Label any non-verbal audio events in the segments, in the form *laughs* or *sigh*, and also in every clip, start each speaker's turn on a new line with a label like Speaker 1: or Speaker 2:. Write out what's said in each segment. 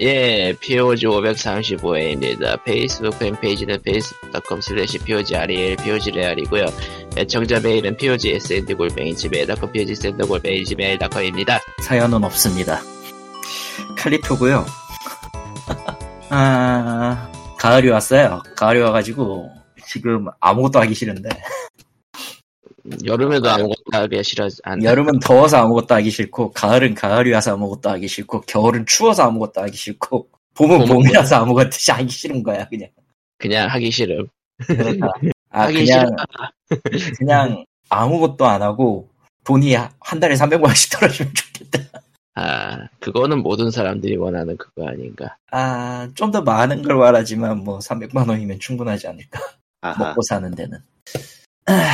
Speaker 1: 예, POG 535회입니다. 페이스북 팬페이지는 facebook.com slash POGREL, POGREAL이고요. 애청자 메일은 POGSND골뱅이지메일.com, POGSND골뱅이지메일.com입니다.
Speaker 2: 사연은 없습니다. 칼리토고요. *laughs* 아, 가을이 왔어요. 가을이 와가지고 지금 아무것도 하기 싫은데
Speaker 1: 여름에도 아무것도 하기 싫어하지 않
Speaker 2: 여름은 더워서 아무것도 하기 싫고 가을은 가을이 와서 아무것도 하기 싫고 겨울은 추워서 아무것도 하기 싫고 봄은
Speaker 1: 봄은
Speaker 2: 봄이라서 아무것도 하기 싫은 거야 그냥.
Speaker 1: 그냥 하기 싫음.
Speaker 2: 그러니까 아
Speaker 1: 하기
Speaker 2: 그냥 그냥 아무것도 안 하고 돈이 한 달에 300만원씩 떨어지면 좋겠다.
Speaker 1: 아, 그거는 모든 사람들이 원하는 그거 아닌가.
Speaker 2: 아, 좀 더 많은 걸 말하지만 뭐 300만 원이면 충분하지 않을까.
Speaker 3: 아하.
Speaker 2: 먹고 사는 데는. 아,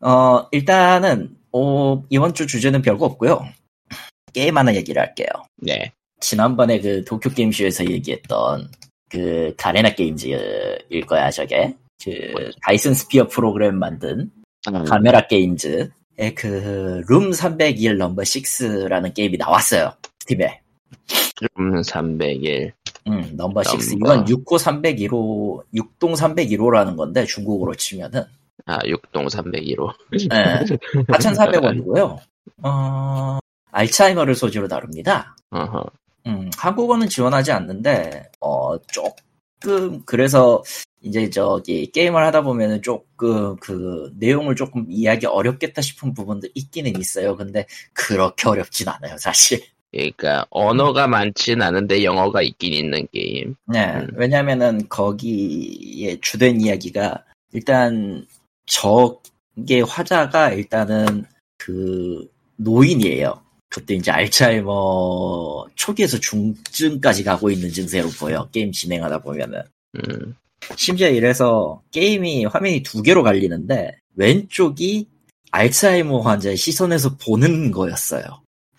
Speaker 2: 어, 일단은 어, 이번 주 주제는 별거 없고요. 게임 하나 얘기를 할게요.
Speaker 1: 네.
Speaker 2: 지난번에 그 도쿄 게임쇼에서 얘기했던 그 가레나 게임즈일 거야, 저게. 그 다이슨 스피어 프로그램 만든
Speaker 1: 음.
Speaker 2: 카메라 게임즈의 그룸 301 넘버 6라는 게임이 나왔어요. 스팀에.
Speaker 1: 좀 300일.
Speaker 2: 음, 넘버 6.
Speaker 1: 넘버.
Speaker 2: 이건 6호 301호, 6동 301호라는 건데, 중국어로 치면은.
Speaker 1: 아, 6동 301호.
Speaker 2: 예. 4,400원이고요. 어, 알츠하이머를 소재로 다룹니다.
Speaker 1: 어허.
Speaker 2: 음, 한국어는 지원하지 않는데, 어, 조금, 그래서, 이제 저기, 게임을 하다 보면은 조금, 그, 내용을 조금 이해하기 어렵겠다 싶은 부분도 있기는 있어요. 근데, 그렇게 어렵진 않아요, 사실.
Speaker 1: 그러니까 언어가 많진 않은데 영어가 있긴 있는 게임.
Speaker 2: 네,
Speaker 1: 음.
Speaker 2: 왜냐면은 거기에 주된 이야기가 일단 저게 화자가 일단은 그 노인이에요. 그때 이제 알츠하이머 초기에서 중증까지 가고 있는 증세로 보여. 게임 진행하다 보면은.
Speaker 1: 음,
Speaker 2: 심지어 이래서 게임이 화면이 두 개로 갈리는데 왼쪽이 알츠하이머 환자의 시선에서 보는 거였어요.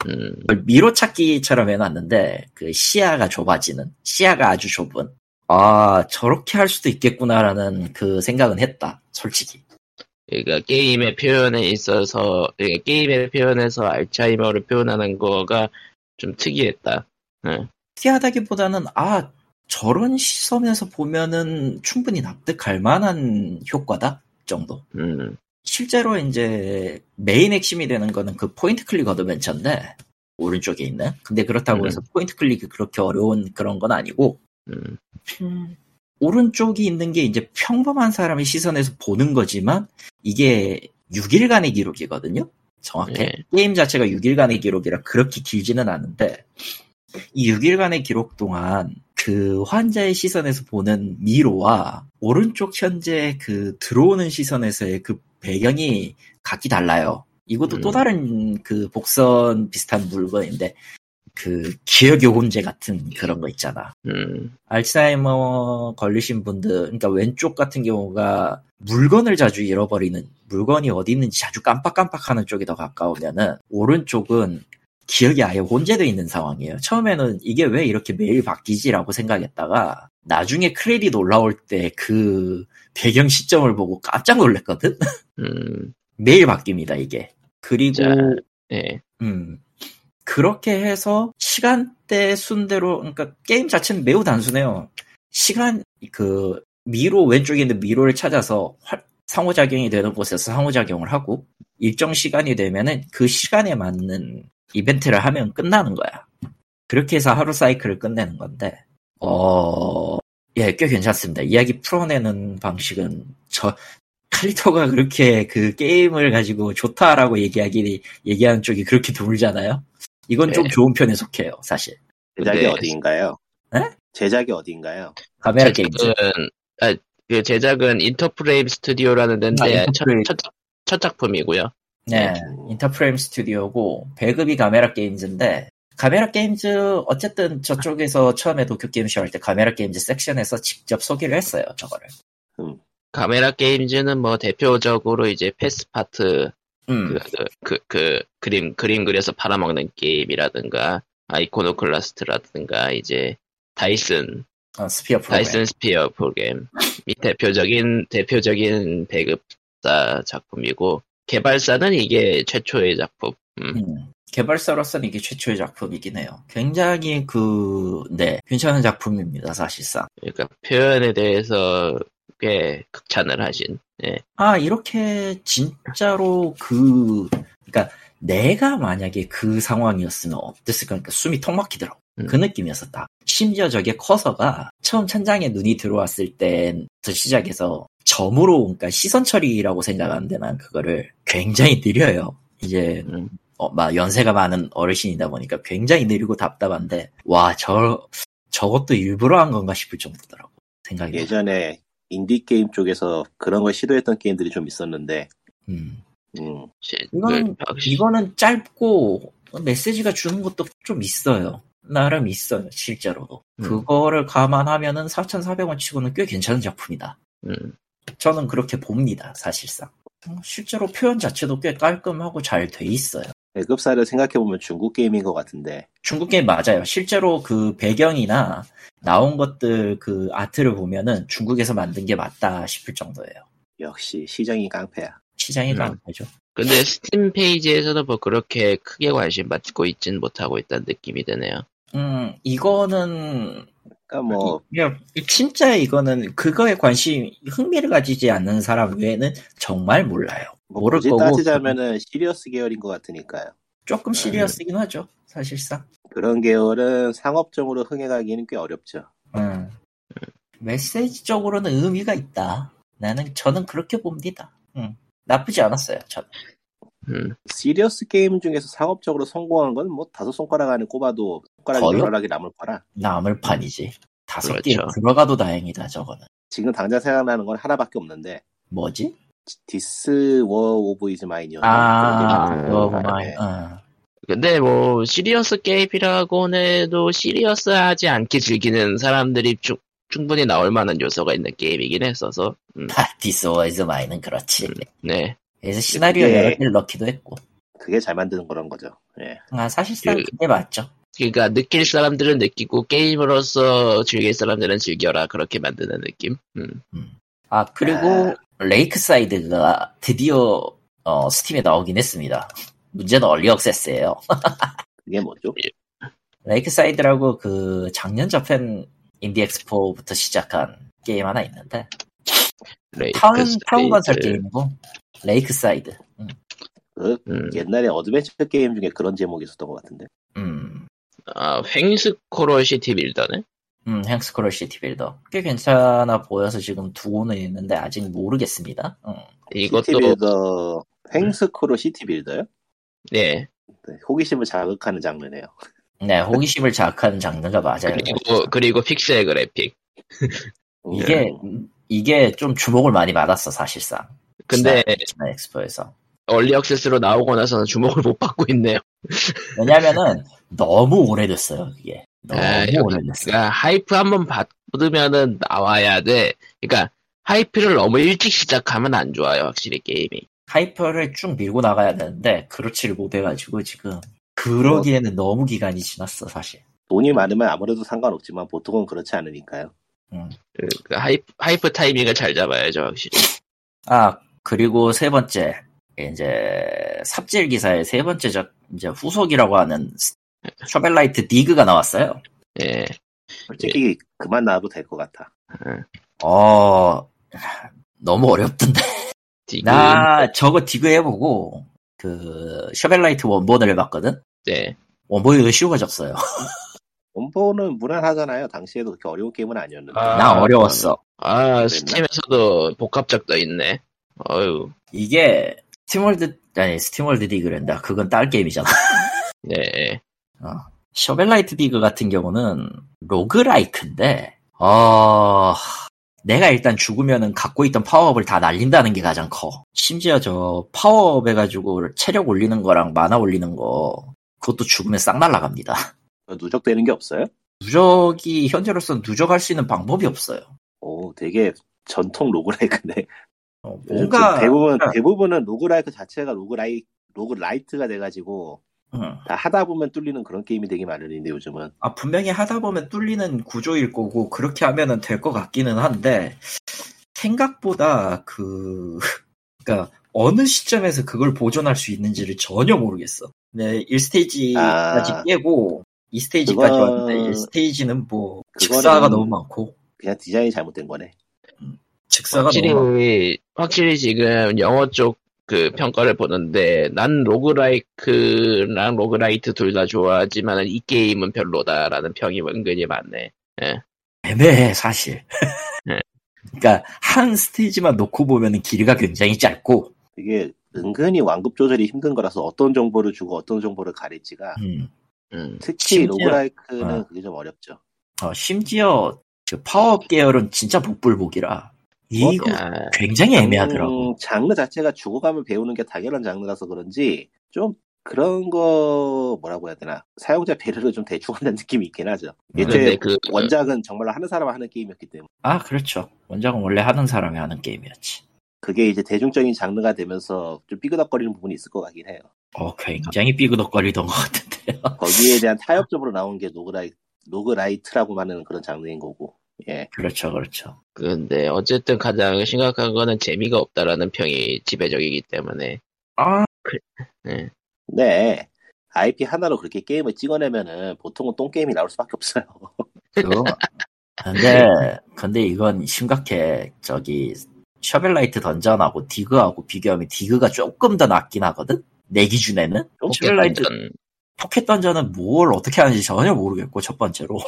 Speaker 1: 음,
Speaker 2: 그걸 미로찾기처럼 해놨는데 그 시야가 좁아지는 시야가 아주 좁은 아 저렇게 할 수도 있겠구나라는 그 생각은 했다 솔직히
Speaker 1: 그러니까 게임의 표현에 있어서 그러니까 게임의 표현에서 알츠하이머를 표현하는 거가 좀 특이했다.
Speaker 2: 특이하다기보다는 아 저런 시선에서 보면은 충분히 납득할 만한 효과다 정도
Speaker 1: 음,
Speaker 2: 실제로 이제 메인 핵심이 되는 거는 그 포인트 클릭 어드벤처인데 오른쪽에 있는 근데 그렇다고
Speaker 1: 음.
Speaker 2: 해서 포인트 클릭이 그렇게 어려운 그런 건 아니고
Speaker 1: 음,
Speaker 2: 오른쪽이 있는 게 이제 평범한 사람의 시선에서 보는 거지만 이게 6일간의 기록이거든요. 정확히
Speaker 1: 예.
Speaker 2: 게임 자체가 6일간의 기록이라 그렇게 길지는 않은데 이 6일간의 기록 동안 그 환자의 시선에서 보는 미로와 오른쪽 현재 그 들어오는 시선에서의 그 배경이 각기 달라요. 이것도
Speaker 1: 음.
Speaker 2: 또 다른 그 복선 비슷한 물건인데 그 기억의 혼재 같은 그런 거 있잖아.
Speaker 1: 음,
Speaker 2: 알츠하이머 걸리신 분들, 그러니까 왼쪽 같은 경우가 물건을 자주 잃어버리는, 물건이 어디 있는지 자주 깜빡깜빡하는 쪽이 더 가까우면은, 오른쪽은 기억이 아예 혼재되어 있는 상황이에요. 처음에는 이게 왜 이렇게 매일 바뀌지라고 생각했다가, 나중에 크레딧 올라올 때 그 배경 시점을 보고 깜짝 놀랐거든? *laughs*
Speaker 1: 음,
Speaker 2: 매일 바뀝니다, 이게. 그리고,
Speaker 1: 자, 예,
Speaker 2: 음. 그렇게 해서 시간대 순대로 그러니까 게임 자체는 매우 단순해요. 시간 그 미로 왼쪽에 있는 미로를 찾아서 활- 상호작용이 되는 곳에서 상호작용을 하고 일정 시간이 되면은 그 시간에 맞는 이벤트를 하면 끝나는 거야. 그렇게 해서 하루 사이클을 끝내는 건데 어, 예, 꽤 괜찮습니다. 이야기 풀어내는 방식은 저 칼리토가 그렇게 그 게임을 가지고 좋다라고 얘기하기 얘기하는 쪽이 그렇게 드물잖아요. 이건 좀
Speaker 1: 네.
Speaker 2: 좋은 편에 속해요, 사실.
Speaker 3: 제작이
Speaker 1: 네.
Speaker 3: 어디인가요?
Speaker 2: 에?
Speaker 3: 제작이 어디인가요?
Speaker 2: 카메라 게임.
Speaker 1: 제작은 아, 그 제작은 인터프레임 스튜디오라는 데인데
Speaker 2: 아, 인터프레임.
Speaker 1: 첫, 첫, 첫 작품이고요.
Speaker 2: 네,
Speaker 3: 음.
Speaker 2: 인터프레임 스튜디오고 배급이 카메라 게임즈인데 카메라 게임즈 어쨌든 저쪽에서 처음에 도쿄 그 게임쇼 할 때 카메라 게임즈 섹션에서 직접 소개를 했어요, 저거를.
Speaker 1: 카메라 게임즈는 뭐 대표적으로 이제 패스파트
Speaker 2: 음.
Speaker 1: 그, 그, 그, 그림, 그림 그려서 팔아먹는 게임이라든가, 아이코노클라스트라든가, 이제, 다이슨,
Speaker 2: 어, 스피어 프로그램.
Speaker 1: 다이슨 스피어 프로그램. 이 대표적인, 대표적인 배급사 작품이고, 개발사는 이게 최초의 작품. 음,
Speaker 2: 음. 개발사로서는 이게 최초의 작품이긴 해요. 굉장히 그, 네, 괜찮은 작품입니다, 사실상.
Speaker 1: 그러니까 표현에 대해서 꽤 극찬을 하신. 예.
Speaker 2: 아, 이렇게 진짜로 그, 그러니까 내가 만약에 그 상황이었으면 어땠을까? 그러니까 숨이 턱 막히더라고.
Speaker 1: 음.
Speaker 2: 그 느낌이었었다. 심지어 저게 커서가 처음 천장에 눈이 들어왔을 때부터 시작해서 점으로, 그러니까 시선 처리라고 생각하는데 난 그거를 굉장히 느려요. 이제
Speaker 1: 음.
Speaker 2: 어, 막 연세가 많은 어르신이다 보니까 굉장히 느리고 답답한데 와, 저 저것도 일부러 한 건가 싶을 정도더라고. 생각이.
Speaker 3: 예전에 인디 게임 쪽에서 그런 걸 시도했던 게임들이 좀 있었는데,
Speaker 2: 음.
Speaker 3: 음,
Speaker 1: 시-
Speaker 2: 이거는-
Speaker 1: 그 박-
Speaker 2: 이거는 짧고 메시지가 주는 것도 좀 있어요. 나름 있어요, 실제로도.
Speaker 1: 음.
Speaker 2: 그거를 감안하면은 4,400원 치고는 꽤 괜찮은 작품이다.
Speaker 1: 음.
Speaker 2: 저는 그렇게 봅니다, 사실상. 실제로 표현 자체도 꽤 깔끔하고 잘 돼 있어요.
Speaker 3: 급사를 생각해보면 중국 게임인 것 같은데,
Speaker 2: 중국 게임 맞아요. 실제로 그 배경이나 나온 것들 그 아트를 보면은 중국에서 만든 게 맞다 싶을 정도예요.
Speaker 3: 역시 시장이 깡패야.
Speaker 2: 시장이
Speaker 1: 음.
Speaker 2: 많죠.
Speaker 1: 근데 스팀 페이지에서도 뭐 그렇게 크게 관심 받고 있진 못하고 있다는 느낌이 드네요.
Speaker 2: 음, 이거는
Speaker 3: 그러니까
Speaker 1: 어.
Speaker 3: 뭐,
Speaker 2: 그냥 진짜 이거는 그거에 관심 흥미를 가지지 않는 사람 외에는 정말 몰라요.
Speaker 3: 뭐
Speaker 2: 모를
Speaker 3: 굳이
Speaker 2: 거고
Speaker 3: 따지자면은 시리어스 계열인 것 같으니까요.
Speaker 2: 조금 시리어스긴 하죠 사실상.
Speaker 3: 그런 계열은 상업적으로 흥행하기는 꽤 어렵죠.
Speaker 2: 음. 메시지적으로는 의미가 있다. 나는 저는 그렇게 봅니다. 음. 나쁘지 않았어요. 저
Speaker 1: 음.
Speaker 3: 시리어스 게임 중에서 상업적으로 성공한 건 뭐 다섯 손가락 안에 꼽아도 손가락이
Speaker 2: 거의?
Speaker 3: 널널하게 남을 거라.
Speaker 2: 남을 판이지. 다섯
Speaker 1: 그렇죠.
Speaker 2: 개 들어가도 다행이다 저거는.
Speaker 3: 지금 당장 생각나는 건 하나밖에 없는데
Speaker 2: 뭐지?
Speaker 3: 디스 워 오브 이즈 마이니어.
Speaker 2: 아,
Speaker 1: 그러게.
Speaker 2: 그거 말.
Speaker 3: 네.
Speaker 2: 어.
Speaker 1: 근데 뭐 시리어스 게임이라고 해도 시리어스하지 않게 즐기는 사람들이 충, 충분히 나올 만한 요소가 있는 게임이긴 했어서 음,
Speaker 2: 아, 디스워이즈 마이는 그렇지.
Speaker 1: 네
Speaker 2: 그래서 시나리오
Speaker 3: 예.
Speaker 2: 여러 개를 넣기도 했고.
Speaker 3: 그게 잘 만드는 그런 거죠. 예.
Speaker 2: 아, 사실상
Speaker 1: 그-
Speaker 2: 그게 맞죠.
Speaker 1: 그러니까 느낄 사람들은 느끼고 게임으로서 즐길 사람들은 즐겨라 그렇게 만드는 느낌 음.
Speaker 2: 아, 그리고 레이크사이드가 드디어 어, 스팀에 나오긴 했습니다. 문제는 얼리 억세스예요.
Speaker 3: 그게 뭐죠?
Speaker 2: 레이크사이드라고 그 작년 자팬 인디 엑스포부터 시작한 게임 하나 있는데
Speaker 1: 레이크
Speaker 2: 타운 타운
Speaker 1: 그 스테이트.
Speaker 2: 건설 게임이고 레이크사이드. 음,
Speaker 3: 그
Speaker 1: 음.
Speaker 3: 옛날에 어드벤처 게임 중에 그런 제목이 있었던 것 같은데.
Speaker 2: 음,
Speaker 1: 아, 횡스코로 시티 빌더네
Speaker 2: 음, 행스크롤 시티 빌더 꽤 괜찮아 보여서 지금 두고는 있는데 아직 모르겠습니다. 음.
Speaker 3: 시티
Speaker 1: 이것도
Speaker 3: 빌더 횡스크로 시티 빌더요?
Speaker 1: 네
Speaker 3: 네, 호기심을 자극하는 장르네요.
Speaker 2: 네, 호기심을 자극하는 장르가 맞아요.
Speaker 1: 그리고 네. 그리고 픽셀 그래픽
Speaker 3: 음,
Speaker 2: 이게 이게 좀 주목을 많이 받았어 사실상.
Speaker 1: 근데
Speaker 2: 지난 엑스포에서.
Speaker 1: 얼리 액세스로 나오고 나서는 주목을 못 받고 있네요
Speaker 2: 왜냐면은 너무 오래됐어요 이게 너무
Speaker 1: 에이,
Speaker 2: 오래됐어요
Speaker 1: 아, 그러니까 하이프 한번 받으면은 나와야 돼. 그러니까 하이프를 너무 일찍 시작하면 안 좋아요, 확실히 게임이.
Speaker 2: 하이퍼를 쭉 밀고 나가야 되는데 그렇지를 못해가지고 지금 그러기에는 너무 기간이 지났어 사실
Speaker 3: 돈이 많으면 아무래도 상관없지만 보통은 그렇지 않으니까요.
Speaker 1: 그러니까 하이프, 하이프 타이밍을 잘 잡아야죠, 확실히.
Speaker 2: 아 그리고 세 번째 이제 삽질 기사의 세 번째 작 이제 후속이라고 하는 스- 셔벨라이트 디그가 나왔어요
Speaker 1: 예.
Speaker 2: 예.
Speaker 3: 솔직히 그만 나와도 될 것 같아.
Speaker 2: 어 너무 어렵던데
Speaker 1: 디그.
Speaker 2: 나 저거 디그 해보고 그 셔벨라이트 원본을 해봤거든
Speaker 1: 네.
Speaker 2: 원본이 쉬워졌어요
Speaker 3: 원본은 무난하잖아요. 당시에도 그렇게 어려운 게임은 아니었는데.
Speaker 1: 아.
Speaker 2: 나 어려웠어
Speaker 1: 아, 스팀에서도 복합작도 있네. 어유.
Speaker 2: 이게 스팀월드 아니 스팀월드 디그랜다 그건 딸 게임이잖아 *laughs*
Speaker 1: 네.
Speaker 2: 셔벨라이트 디그 같은 경우는 로그라이크인데 어 내가 일단 죽으면은 갖고 있던 파워업을 다 날린다는 게 가장 커 심지어 저 파워업 해가지고 체력 올리는 거랑 만화 올리는 거 그것도 죽으면 싹 날라갑니다
Speaker 3: 누적되는 게 없어요?
Speaker 2: 누적이 현재로서는 누적할 수 있는 방법이 없어요
Speaker 3: 오, 되게 전통 로그라이크네.
Speaker 2: 어,
Speaker 3: 요즘
Speaker 2: 뭔가
Speaker 3: 그 대부분
Speaker 2: 응.
Speaker 3: 대부분은 로그라이크 자체가 로그라이 로그라이트가 돼가지고
Speaker 2: 응.
Speaker 3: 다 하다 보면 뚫리는 그런 게임이 되게 많은데 요즘은
Speaker 2: 아, 분명히 하다 보면 뚫리는 구조일 거고, 그렇게 하면은 될 것 같기는 한데, 생각보다 *laughs* 그러니까 그, 그니까, 어느 시점에서 그걸 보존할 수 있는지를 전혀 모르겠어. 네, 1스테이지까지
Speaker 3: 아.
Speaker 2: 깨고 2스테이지까지
Speaker 3: 그건-
Speaker 2: 왔는데 1스테이지는 뭐
Speaker 3: 그거는-
Speaker 2: 즉사가 너무 많고
Speaker 3: 그냥 디자인이 잘못된 거네.
Speaker 2: 즉사가
Speaker 1: 확실히
Speaker 2: 너무 많고
Speaker 1: 확실히 지금 영어 쪽 그 평가를 보는데 난 로그라이크랑 로그라이트 둘 다 좋아하지만 이 게임은 별로다라는 평이 은근히 많네.
Speaker 2: 애매해 사실. *laughs*
Speaker 1: 네.
Speaker 2: 그러니까 한 스테이지만 놓고 보면은 길이가 굉장히 짧고
Speaker 3: 이게 은근히 완급 조절이 힘든 거라서 어떤 정보를 주고 어떤 정보를 가릴지가
Speaker 2: 음,
Speaker 1: 음.
Speaker 3: 특히
Speaker 2: 심지어-
Speaker 3: 로그라이크는
Speaker 2: 어.
Speaker 3: 그게 좀 어렵죠.
Speaker 2: 어, 심지어 그 파워업 계열은 진짜 복불복이라
Speaker 3: 뭐, 네.
Speaker 2: 이거
Speaker 1: 야,
Speaker 2: 굉장히 애매하더라고.
Speaker 3: 음, 장르 자체가 죽어가며 배우는 게 당연한 장르라서 그런지 좀 그런 거 뭐라고 해야 되나 사용자 배려를 좀 대충 한다는 *laughs* 느낌이 있긴 하죠.
Speaker 2: 음.
Speaker 1: 근데
Speaker 3: 일제
Speaker 1: 그
Speaker 3: 원작은 정말 하는 사람 하는 게임이었기 때문에
Speaker 2: 아 그렇죠. 원작은 원래 하는 사람이 하는 게임이었지.
Speaker 3: 그게 이제 대중적인 장르가 되면서 좀 삐그덕거리는 부분이 있을 것 같긴 해요.
Speaker 2: 어 굉장히 삐그덕거리던 것 같은데요. *laughs*
Speaker 3: 거기에 대한 타협적으로 나온 게 로그라이 로그라이트라고 하는 그런 장르인 거고. 예.
Speaker 2: 그렇죠, 그렇죠.
Speaker 1: 근데 어쨌든 가장 심각한 거는 재미가 없다라는 평이 지배적이기 때문에
Speaker 2: 아
Speaker 1: 예.
Speaker 3: 근데 IP 하나로 그렇게 게임을 찍어내면은 보통은 똥 게임이 나올 수밖에 없어요. *laughs*
Speaker 2: 그거. 그렇죠. 근데, 근데 이건 심각해. 저기, 셔벨라이트 던전하고 디그하고 비교하면 디그가 조금 더 낫긴 하거든? 내 기준에는? 셔벨라이트,
Speaker 1: 어쨌든
Speaker 2: 포켓 던전은 뭘 어떻게 하는지 전혀 모르겠고, 첫 *laughs* 번째로.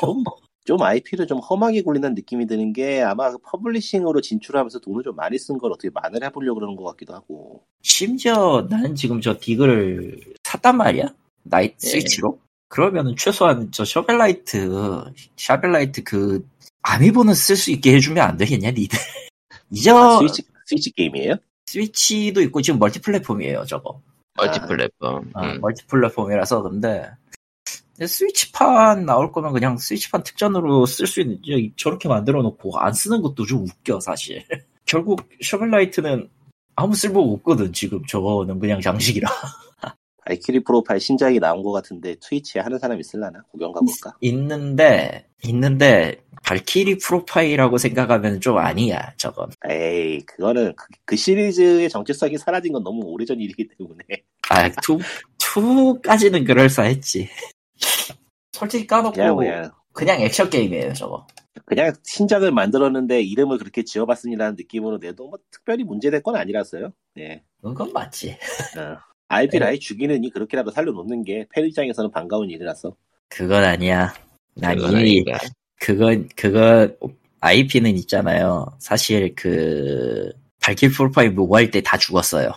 Speaker 3: 좀 IP를 좀 험하게 굴리는 느낌이 드는 게 아마 그 퍼블리싱으로 진출하면서 돈을 좀 많이 쓴 걸 어떻게 만회를 해보려고 그러는 것 같기도 하고.
Speaker 2: 심지어 나는 지금 저 디그를 샀단 말이야? 나이트
Speaker 3: 네.
Speaker 1: 예.
Speaker 2: 스위치로? 그러면은 최소한 저 셔벨라이트, 샤벨라이트 그, 아미보는 쓸 수 있게 해주면 안 되겠냐, 니들? *laughs* 이제
Speaker 3: 아, 스위치 스위치 게임이에요?
Speaker 2: 스위치도 있고 지금 멀티 플랫폼이에요 저거
Speaker 1: 멀티 플랫폼
Speaker 2: 아,
Speaker 1: 음.
Speaker 2: 멀티 플랫폼이라서 근데 근데 스위치판 나올 거면 그냥 스위치판 특전으로 쓸 수 있는 저- 저렇게 만들어 놓고 안 쓰는 것도 좀 웃겨 사실 *laughs* 결국 셔벨라이트는 아무 쓸모가 없거든 지금 저거는 그냥 장식이라
Speaker 3: 발키리 프로파일 신작이 나온 것 같은데 트위치에 하는 사람 있을라나? 구경 가볼까?
Speaker 2: 있는데 있는데 발키리 프로파일이라고 생각하면 좀 아니야 저건
Speaker 3: 에이 그거는 그, 그 시리즈의 정체성이 사라진 건 너무 오래전 일이기
Speaker 2: *laughs*
Speaker 3: 때문에
Speaker 2: 아 투, 투까지는 그럴싸했지 *laughs* 솔직히 까놓고
Speaker 3: 그냥
Speaker 1: 뭐,
Speaker 2: 그냥,
Speaker 3: 그냥
Speaker 2: 액션 게임이에요 저거
Speaker 3: 그냥 신작을 만들었는데 이름을 그렇게 지어봤습니다는 느낌으로 내도 뭐 특별히 문제될 건 아니라서요. 예.
Speaker 2: 그건 맞지
Speaker 3: 어.
Speaker 2: 네.
Speaker 3: IP를 아예 죽이는 이 그렇게라도 살려놓는 게 팬 입장에서는 반가운 일이라서
Speaker 2: 그건 아니야. 난
Speaker 1: 그건
Speaker 2: 이미
Speaker 1: 아니다.
Speaker 2: 그건 그건 IP는 있잖아요. 사실 그 발킬 프로파일 모바일 때 다 죽었어요.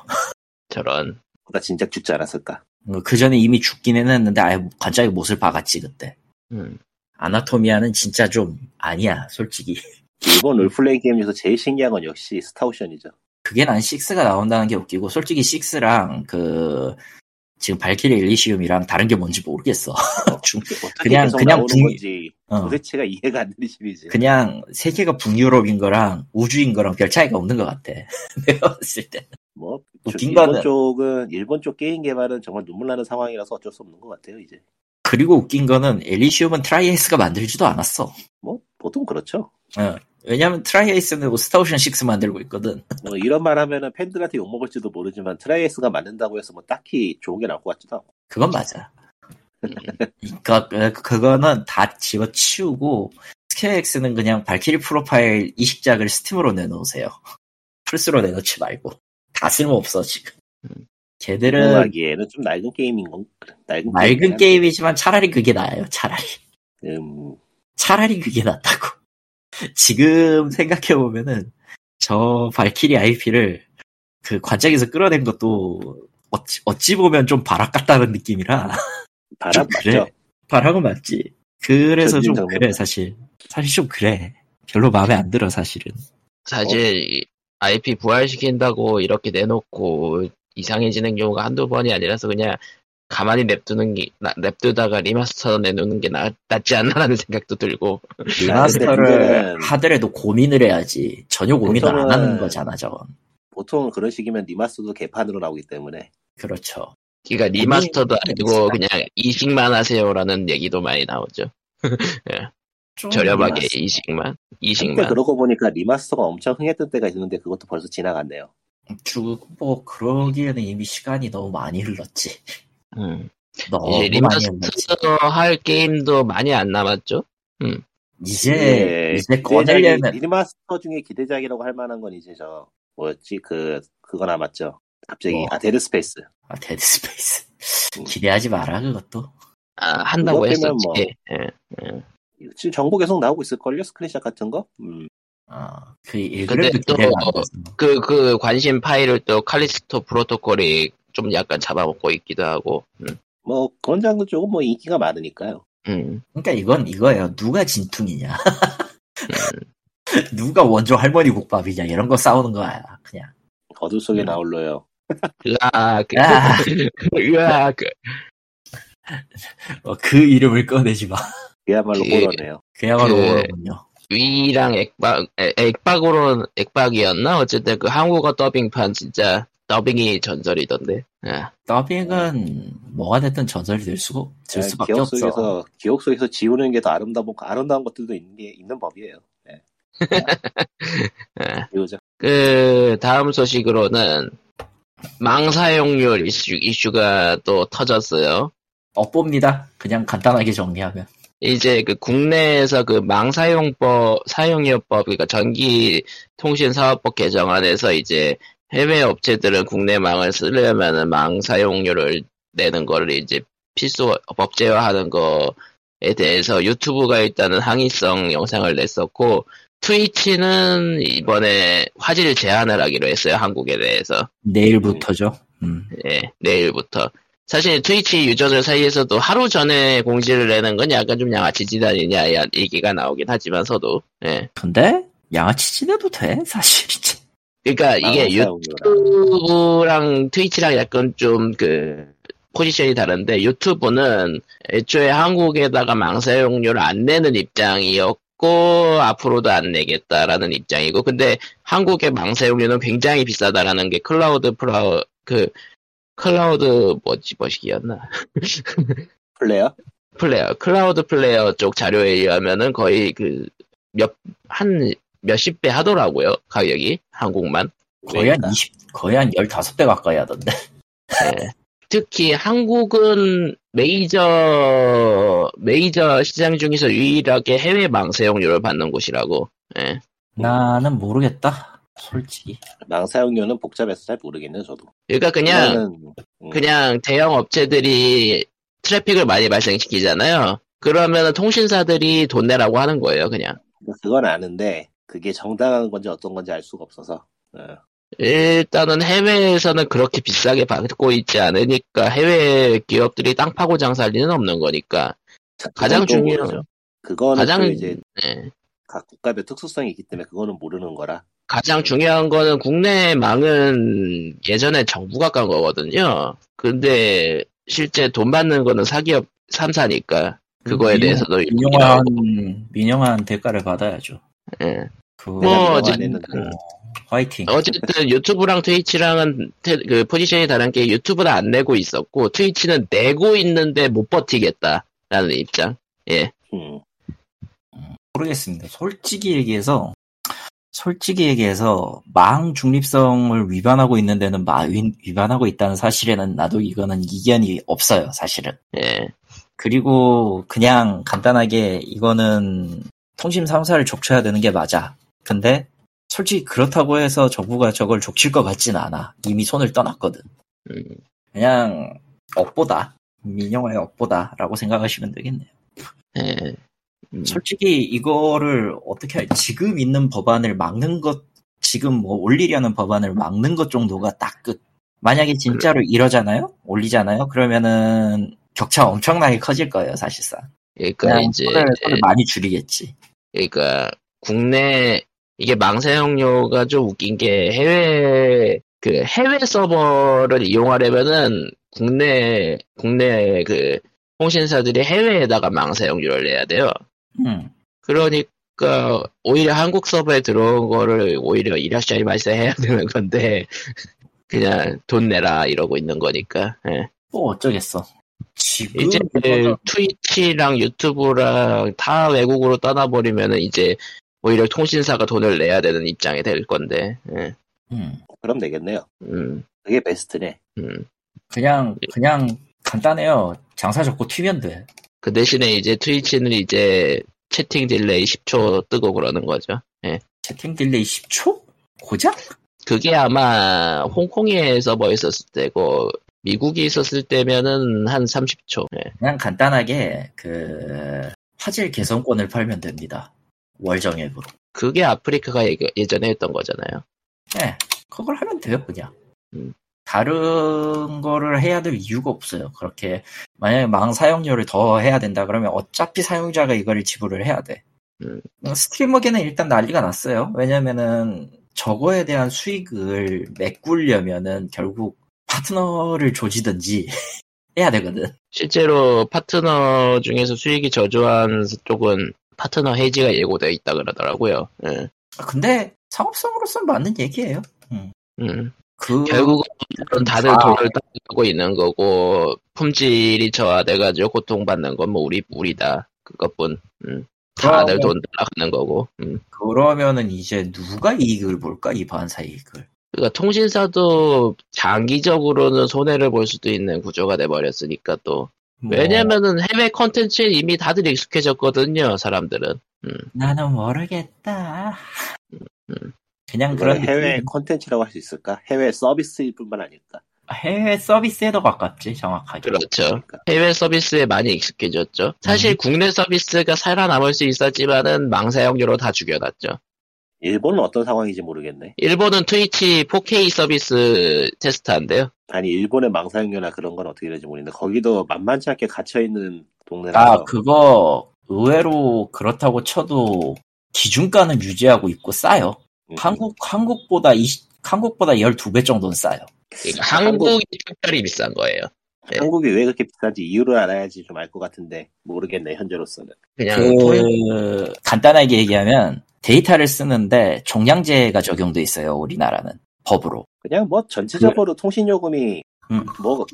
Speaker 1: 저런
Speaker 3: 보다 진작 죽지 않았을까.
Speaker 2: 그 전에 이미 죽기는 했는데 아예 관짝에 못을 박았지 그때.
Speaker 1: 음.
Speaker 2: 아나토미아는 진짜 좀 아니야 솔직히.
Speaker 3: 일본
Speaker 2: 음.
Speaker 3: 롤플레잉 게임 중에서 제일 신기한 건 역시 스타오션이죠.
Speaker 2: 그게 난 6가 나온다는 게 웃기고 솔직히 6랑 그 지금 발키리 일리시움이랑 다른 게 뭔지 모르겠어. *laughs* 중-
Speaker 3: 어떻게
Speaker 2: 그냥-
Speaker 3: 계속
Speaker 2: 그냥
Speaker 3: 나오는
Speaker 2: 붕-
Speaker 3: 건지
Speaker 2: 어.
Speaker 3: 도대체가 이해가 안 되는 시리즈.
Speaker 2: 그냥 세계가 북유럽인 거랑 우주인 거랑 별 차이가 없는 것 같아. *laughs* 내가 봤을 때.
Speaker 3: 뭐
Speaker 2: 웃긴
Speaker 3: 주- 일본
Speaker 2: 거는-
Speaker 3: 쪽은 일본 쪽 게임 개발은 정말 눈물 나는 상황이라서 어쩔 수 없는 것 같아요 이제.
Speaker 2: 그리고 웃긴 거는 엘리시움은 트라이에이스가 만들지도 않았어.
Speaker 3: 뭐 보통 그렇죠.
Speaker 2: 어, 왜냐면 트라이에이스는 뭐 스타오션 6 만들고 있거든.
Speaker 3: 뭐 이런 말 하면은 팬들한테 욕 먹을지도 모르지만 트라이에스가 만든다고 해서 뭐 딱히 좋은 게 나올 것 같지도 않고.
Speaker 2: 그건 맞아. 그니까 그거는 다 집어치우고 스케엑스는 그냥 발키리 프로파일 이식작을 스팀으로 내놓으세요. 플스로 내놓지 말고 다 쓸모 없어 지금.
Speaker 1: 음.
Speaker 2: 걔들은
Speaker 3: 하기에는 좀 낡은 게임인 건 낡은,
Speaker 2: 맑은
Speaker 3: 게임이긴
Speaker 2: 네. 게임이지만 차라리 그게 나아요. 차라리
Speaker 3: 한데, 음,
Speaker 2: 차라리 그게 낫다고. 지금 생각해보면은, 저 발키리 IP를 그 관짝에서 끌어낸 것도 어찌, 어찌 보면 좀 바락 같다는 느낌이라.
Speaker 3: 바람
Speaker 2: 그래.
Speaker 3: 맞죠.
Speaker 2: 네, 바락은 맞지. 그래서 좀
Speaker 3: 전진상문.
Speaker 2: 그래, 사실. 사실 좀 그래. 별로 마음에 안 들어, 사실은.
Speaker 1: 사실 이 IP 부활시킨다고 이렇게 내놓고 이상해지는 경우가 한두 번이 아니라서 그냥 가만히 냅두는 게 나- 냅두다가 리마스터 내놓는 게 나, 낫지 않나라는 *laughs* 생각도 들고
Speaker 2: 리마스터를
Speaker 3: 문제는-
Speaker 2: 하더라도 고민을 해야지. 전혀 고민을 안
Speaker 3: 보통은-
Speaker 2: 하는 거잖아, 저건.
Speaker 3: 보통 그런 식이면 리마스터도 개판으로 나오기 때문에
Speaker 2: 그렇죠.
Speaker 1: 그러니까 리마스터도
Speaker 2: 아니,
Speaker 1: 아니고 그냥 이식만 하세요라는 얘기도 많이 나오죠
Speaker 2: 좀
Speaker 1: 저렴하게
Speaker 2: 리마스-
Speaker 1: 이식만
Speaker 3: 한때
Speaker 1: 이식만
Speaker 3: 그러고 보니까 리마스터가 엄청 흥했던 때가 있는데 그것도 벌써 지나갔네요.
Speaker 2: 주, 뭐, 그러기에는 이미 시간이 너무 많이 흘렀지.
Speaker 1: 음.
Speaker 2: 너무
Speaker 1: 이제
Speaker 2: 많이 했는지.
Speaker 1: 리마스터 할 게임도 많이 안 남았죠?
Speaker 2: 이제
Speaker 3: 예,
Speaker 2: 네. 이제 그
Speaker 3: 기대작이-
Speaker 2: 꺼내려면
Speaker 3: 리마스터 중에 기대작이라고 할 만한 건 이제 저 뭐였지 그 그거 남았죠. 갑자기
Speaker 2: 뭐?
Speaker 3: 아 데드 스페이스.
Speaker 2: 아, 데드 스페이스 기대하지 마라 그것도.
Speaker 1: 아, 한다고
Speaker 3: 그거 빼면
Speaker 1: 했었지.
Speaker 3: 뭐.
Speaker 1: 예, 예.
Speaker 3: 지금 정보 계속 나오고 있을걸요 스크린샷 같은 거. 음.
Speaker 2: 아, 그 일그램도
Speaker 1: 근데 또-
Speaker 2: 기대가 안 됐어.
Speaker 1: 그, 그 관심 파일을 또 칼리스토 프로토콜이 좀 약간 잡아먹고 있기도 하고, 음,
Speaker 3: 뭐 그런 장르 쪽은 뭐 인기가 많으니까요.
Speaker 1: 음.
Speaker 2: 그러니까 이건 이거예요. 누가 진퉁이냐?
Speaker 1: 음.
Speaker 2: 누가 원조 할머니 국밥이냐? 이런 거 싸우는 거야. 그냥
Speaker 3: 어둠 속에
Speaker 1: 음.
Speaker 3: 나올러요.
Speaker 1: 으아, 그,
Speaker 2: 아.
Speaker 1: 으아, 그,
Speaker 2: 어, 그 이름을 꺼내지 마.
Speaker 3: 그야말로
Speaker 1: 그-
Speaker 3: 호러네요.
Speaker 2: 그야말로
Speaker 3: 예.
Speaker 1: 그-
Speaker 2: 그렇군요.
Speaker 1: 위랑 액박, 에, 액박으로, 액박이었나? 어쨌든 그 한국어 더빙판 진짜 더빙이 전설이던데. 아,
Speaker 2: 더빙은 뭐가 됐든 전설이 될 수가 될
Speaker 3: 그냥
Speaker 2: 수밖에
Speaker 3: 아, 예, 기억
Speaker 2: 없어.
Speaker 3: 속에서 기억 속에서 지우는 게 더 아름다운 아름다운 것들도 있는 게 있는 법이에요.
Speaker 1: *laughs*
Speaker 3: 예.
Speaker 1: 예.
Speaker 3: 지우죠.
Speaker 1: 그, 다음 소식으로는 망사용률 이슈, 이슈가 또 터졌어요.
Speaker 2: 엇봅니다. 그냥 간단하게 정리하면.
Speaker 1: 이제 그 국내에서 그 망사용법, 사용료법, 그러니까 전기통신사업법 개정안에서 이제 해외 업체들은 국내 망을 쓰려면은 망 사용료를 내는 거를 이제 필수 법제화하는 거에 대해서 유튜브가 일단은 항의성 영상을 냈었고 트위치는 이번에 화질 제한을 하기로 했어요 한국에 대해서
Speaker 2: 내일부터죠. 음.
Speaker 1: 예, 내일부터. 사실 트위치 유저들 사이에서도 하루 전에 공지를 내는 건 약간 좀 양아치 지단이냐 이 얘기가 나오긴 하지만서도 예.
Speaker 2: 근데 양아치 지내도 돼 사실 이제.
Speaker 1: 그러니까 이게
Speaker 3: 망사 용료라.
Speaker 1: 유튜브랑 트위치랑 약간 좀 그 포지션이 다른데 유튜브는 애초에 한국에다가 망사용료를 안 내는 입장이었고 앞으로도 안 내겠다라는 입장이고 근데 한국의 망사용료는 굉장히 비싸다라는 게 클라우드 프라우 그 클라우드 뭐지 뭐시기였나
Speaker 3: 플레이어?
Speaker 1: 플레이어, 클라우드 플레이어 쪽 자료에 의하면은 거의 그 몇, 한 몇십 배 하더라고요, 가격이. 한국만.
Speaker 2: 거의
Speaker 3: 그러니까.
Speaker 2: 한 20, 거의 한 15배 가까이 하던데.
Speaker 1: 특히 한국은 메이저, 메이저 시장 중에서 유일하게 해외 망사용료를 받는 곳이라고. 예.
Speaker 2: 나는 모르겠다. 솔직히.
Speaker 3: 망사용료는 복잡해서 잘 모르겠네요, 저도.
Speaker 1: 그러니까 그냥,
Speaker 3: 그거는, 음,
Speaker 1: 그냥 대형 업체들이 트래픽을 많이 발생시키잖아요. 그러면 통신사들이 돈 내라고 하는 거예요, 그냥.
Speaker 3: 그건 아는데 그게 정당한 건지 어떤 건지 알 수가 없어서. 어.
Speaker 1: 일단은 해외에서는 그렇게 비싸게 받고 있지 않으니까 해외 기업들이 땅 파고 장사할 리는 없는 거니까 가장
Speaker 3: 그건 또 모르죠.
Speaker 1: 중요한
Speaker 3: 그거는 또
Speaker 1: 가장
Speaker 3: 이제
Speaker 1: 예.
Speaker 3: 각 국가별 특수성이 있기 때문에 그거는 모르는 거라.
Speaker 1: 가장 중요한 거는 국내 망은 예전에 정부가 깐 거거든요. 근데 실제 돈 받는 거는 사기업 3사니까 그거에
Speaker 2: 민영-
Speaker 1: 대해서도
Speaker 3: 예.
Speaker 2: 민영한 민영한 대가를 받아야죠.
Speaker 1: 예.
Speaker 2: 그거
Speaker 1: 뭐,
Speaker 2: 안
Speaker 3: 어쨌든-
Speaker 2: 했는데. 화이팅.
Speaker 1: 어쨌든 유튜브랑 트위치랑은 테- 그 포지션이 다른 게 유튜브는 안 내고 있었고 트위치는 내고 있는데 못 버티겠다라는 입장. 예.
Speaker 3: 음.
Speaker 2: 모르겠습니다. 솔직히 얘기해서 솔직히 얘기해서 망 중립성을 위반하고 있는 데는 마 위- 위반하고 있다는 사실에는 나도 이거는 이견이 없어요. 사실은.
Speaker 1: 예.
Speaker 2: 그리고 그냥 간단하게 이거는 통신 3사를 족쳐야 되는 게 맞아. 근데 솔직히 그렇다고 해서 정부가 저걸 족칠 것 같진 않아. 이미 손을 떠났거든.
Speaker 1: 음.
Speaker 2: 그냥 업보다 민영화의 업보다라고 생각하시면 되겠네요.
Speaker 1: 예. 음.
Speaker 2: 솔직히 이거를 어떻게 할- 지금 있는 법안을 막는 것 지금 뭐 올리려는 법안을 막는 것 정도가 딱 끝. 만약에 진짜로 이러잖아요, 올리잖아요. 그러면은 격차 엄청나게 커질 거예요, 사실상.
Speaker 1: 그러니까
Speaker 2: 그냥
Speaker 1: 이제
Speaker 2: 손을, 손을 많이 줄이겠지.
Speaker 1: 그러니까 국내 이게 망사용료가 좀 웃긴 게 해외 그 해외 서버를 이용하려면은 국내 국내 그 통신사들이 해외에다가 망사용료를 내야 돼요.
Speaker 2: 음.
Speaker 1: 그러니까 오히려 한국 서버에 들어온 거를 오히려 일하시자니 말세해야 *laughs* 되는 건데 그냥 돈 내라 이러고 있는 거니까. 예.
Speaker 2: 뭐 어쩌겠어. 지금
Speaker 1: 이제
Speaker 2: 이거는
Speaker 1: 트위치랑 유튜브랑 다 외국으로 떠나버리면은 이제 오히려 통신사가 돈을 내야 되는 입장이 될 건데, 예.
Speaker 2: 음,
Speaker 3: 그럼 되겠네요.
Speaker 1: 음,
Speaker 3: 그게 베스트네.
Speaker 1: 음.
Speaker 2: 그냥 그냥 간단해요. 장사 접고 튀면 돼.
Speaker 1: 그 대신에 이제 트위치는 이제 채팅 딜레이 10초 뜨고 그러는 거죠. 예.
Speaker 2: 채팅 딜레이 10초? 고작?
Speaker 1: 그게 아마 홍콩에 서버 뭐 있었을 때고 미국이 있었을 때면은 한 30초. 예.
Speaker 2: 그냥 간단하게 그 화질 개선권을 팔면 됩니다. 월정액으로.
Speaker 1: 그게 아프리카가 예- 예전에 했던 거잖아요.
Speaker 2: 예, 그걸 하면 돼요, 그냥.
Speaker 1: 음.
Speaker 2: 다른 거를 해야 될 이유가 없어요. 그렇게 만약에 망 사용료를 더 해야 된다 그러면 어차피 사용자가 이걸 지불을 해야 돼.
Speaker 1: 음.
Speaker 2: 스트리머계는 일단 난리가 났어요. 왜냐면은 저거에 대한 수익을 메꾸려면은 결국 파트너를 조지든지 *laughs* 해야 되거든.
Speaker 1: 실제로 파트너 중에서 수익이 저조한 쪽은 파트너 해지가 예고되어 있다 그러더라고요. 예.
Speaker 2: 아, 근데 상업성으로서는 맞는 얘기예요.
Speaker 1: 음.
Speaker 2: 그
Speaker 1: 결국은 물론 다들
Speaker 2: 아.
Speaker 1: 돈을 따고 있는 거고 품질이 저하돼가지고 고통받는 건 뭐 우리 우리다 그것뿐 음. 다들
Speaker 2: 그러면-
Speaker 1: 돈 따라가는 거고 음.
Speaker 2: 그러면은 이제 누가 이익을 볼까 이 반사 이익을.
Speaker 1: 그러니까 통신사도 장기적으로는 손해를 볼 수도 있는 구조가 돼버렸으니까 또
Speaker 2: 뭐,
Speaker 1: 왜냐면은 해외 컨텐츠에 이미 다들 익숙해졌거든요 사람들은
Speaker 2: 나는 모르겠다.
Speaker 1: 음.
Speaker 2: 그냥
Speaker 3: 그런
Speaker 2: 그런
Speaker 3: 해외
Speaker 2: 느낌.
Speaker 3: 콘텐츠라고 할 수 있을까? 해외 서비스뿐만 아닐까?
Speaker 2: 해외 서비스에도 가깝지 정확하게.
Speaker 1: 그렇죠
Speaker 3: 그러니까.
Speaker 1: 해외 서비스에 많이 익숙해졌죠 사실
Speaker 2: 음.
Speaker 1: 국내 서비스가 살아남을 수 있었지만은 망사용료로 다 죽여놨죠
Speaker 3: 일본은 어떤 상황인지 모르겠네.
Speaker 1: 일본은 트위치 4K 서비스 테스트한대요.
Speaker 3: 아니 일본의 망상료나 그런 건 어떻게 되는지 모르겠는데 거기도 만만치 않게 갇혀 있는 동네라서
Speaker 2: 아 그거 의외로 그렇다고 쳐도 기준가는 유지하고 있고 싸요.
Speaker 3: 음,
Speaker 2: 한국 한국보다 20, 한국보다 12배 정도는 싸요.
Speaker 1: 그러니까
Speaker 3: 아, 한국-
Speaker 1: 한국이 특별히 비싼 거예요. 네.
Speaker 3: 한국이 왜 그렇게 비싼지 이유를 알아야지 좀 알 것 같은데 모르겠네 현재로서는.
Speaker 1: 그냥 토요-
Speaker 2: 그 간단하게 얘기하면 데이터를 쓰는데 종량제가 적용돼 있어요 우리나라는 법으로.
Speaker 3: 그냥 뭐 전체적으로 통신 요금이
Speaker 2: 음.
Speaker 3: 뭐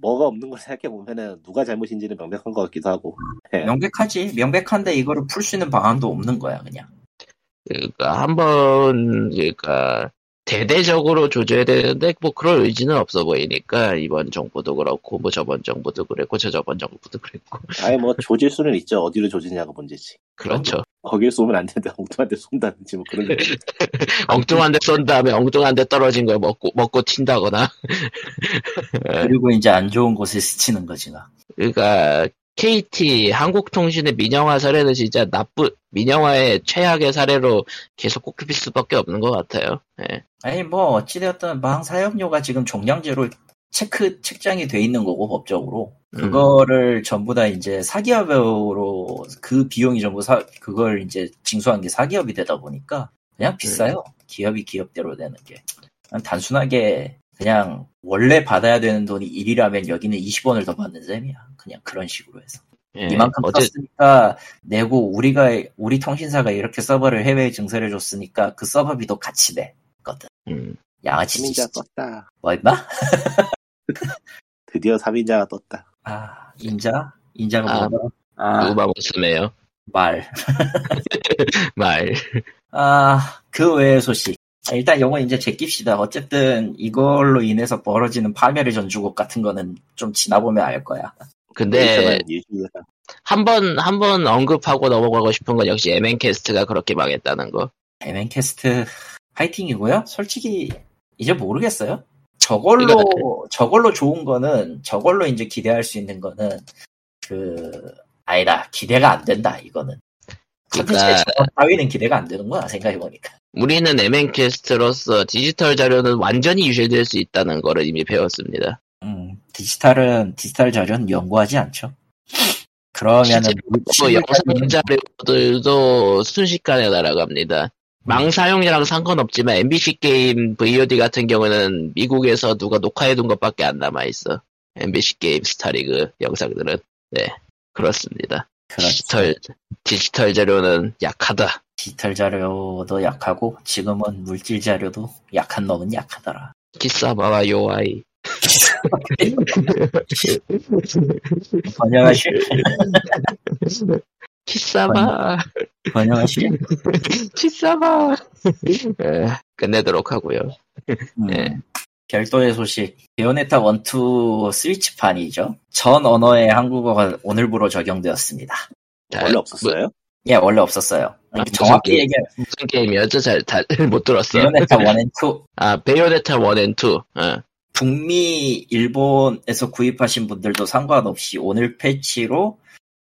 Speaker 3: 뭐가 없는 걸 생각해 보면은 누가 잘못인지는 명백한 것 같기도 하고. 네.
Speaker 2: 명백하지 명백한데 이거를 풀 수 있는 방안도 없는 거야 그냥.
Speaker 1: 그러니까 한번 그러니까 대대적으로 조져야 되는데 뭐 그럴 의지는 없어 보이니까 이번 정부도 그렇고 뭐 저번 정부도 그랬고 저 저번 정부도 그랬고
Speaker 3: 아예 뭐 조질 수는 있죠. 어디로 조지냐가 문제지.
Speaker 1: 그렇죠.
Speaker 3: 거길 쏘면 안 되는데 엉뚱한 데 쏜다든지 뭐 그런 거. 아, 뭐.
Speaker 1: 엉뚱한 데 쏜 다음에 엉뚱한 데 떨어진 걸 먹고 먹고 튄다거나
Speaker 2: 그리고 이제 안 좋은 곳에 스치는 거지 나.
Speaker 1: 그러니까 KT 한국통신의 민영화 사례는 진짜 나쁜 민영화의 최악의 사례로 계속 꼽힐 수밖에 없는 것 같아요. 예.
Speaker 2: 아니 뭐 어찌되었든 망 사용료가 지금 종량제로 체크 책장이 돼 있는 거고 법적으로
Speaker 1: 음,
Speaker 2: 그거를 전부 다 이제 사기업으로 그 비용이 전부 사 그걸 이제 징수한 게 사기업이 되다 보니까 그냥 비싸요 기업이 기업대로 되는 게 그냥 단순하게 그냥 원래 받아야 되는 돈이 1이라면 여기는 20원을 더 받는 셈이야 그냥 그런 식으로 해서
Speaker 1: 예,
Speaker 2: 이만큼
Speaker 1: 어째-
Speaker 2: 썼으니까 내고 우리가 우리 통신사가 이렇게 서버를 해외에 증설해 줬으니까 그 서버비도 같이 내거든
Speaker 1: 음,
Speaker 2: 양아치
Speaker 3: 3인자가
Speaker 2: 짓이지
Speaker 3: 떴다.
Speaker 2: 뭐 임마?
Speaker 3: 드디어 3인자가 떴다.
Speaker 2: 아 인자? 인자가
Speaker 1: 아,
Speaker 2: 뭐야? 아,
Speaker 1: 우바 모스네요. *laughs*
Speaker 2: 말.
Speaker 1: 말.
Speaker 2: 아, 그 외의 소식. 아, 일단 영어 이제 제낍시다. 어쨌든 이걸로 인해서 벌어지는 파멸의 전주곡 같은 거는 좀 지나보면 알 거야. 네,
Speaker 1: 근데
Speaker 3: 일주일간.
Speaker 1: 한번한번 언급하고 넘어가고 싶은 건 역시 MN 캐스트가 그렇게 망했다는 거.
Speaker 2: MN 캐스트 파이팅이고요. 솔직히 이제 모르겠어요. 저걸로 저걸로 좋은 거는 저걸로 이제 기대할 수 있는 거는 그 아니다 기대가 안 된다 이거는. 컨텐츠의
Speaker 1: 그러니까-
Speaker 2: 저거 따위는 기대가 안 되는 거야 생각해보니까.
Speaker 1: 우리는 MN 캐스트로서 디지털 자료는 완전히 유실될 수 있다는 거를 이미 배웠습니다.
Speaker 2: 음, 디지털은 디지털 자료는 연구하지 않죠. 그러면은 음,
Speaker 1: 실제로 뭐 영상 자료들도 순식간에 날아갑니다. 망사용이랑 상관없지만 MBC 게임 VOD 같은 경우는 미국에서 누가 녹화해둔 것밖에 안 남아있어. MBC 게임 스타리그 영상들은. 네, 그렇습니다.
Speaker 2: 그렇지.
Speaker 1: 디지털, 디지털 자료는 약하다.
Speaker 2: 그렇죠. 디지털 자료도 약하고 지금은 물질 자료도 약한 놈은 약하더라.
Speaker 1: 키사바와 요아이. *laughs*
Speaker 2: 번역하실
Speaker 1: 키사바,
Speaker 2: 번역하실
Speaker 1: 키사바. 예, 끝내도록 하고요.
Speaker 2: 음,
Speaker 1: 네.
Speaker 2: 별도의 소식. 베요네타 1, 2 스위치판이죠. 전 언어의 한국어가 오늘부로 적용되었습니다.
Speaker 1: 자, 뭐,
Speaker 3: 원래 없었어요?
Speaker 2: 예, 원래 없었어요.
Speaker 1: 아,
Speaker 2: 정확히
Speaker 1: 무슨 게임?
Speaker 2: 얘기하면
Speaker 1: 뭐, 무슨 게임이었죠? 잘, *laughs* 잘못 들었어.
Speaker 2: 베요네타 1, 2
Speaker 1: 아, 베요네타 1 and 2. 어.
Speaker 2: 북미, 일본에서 구입하신 분들도 상관없이 오늘 패치로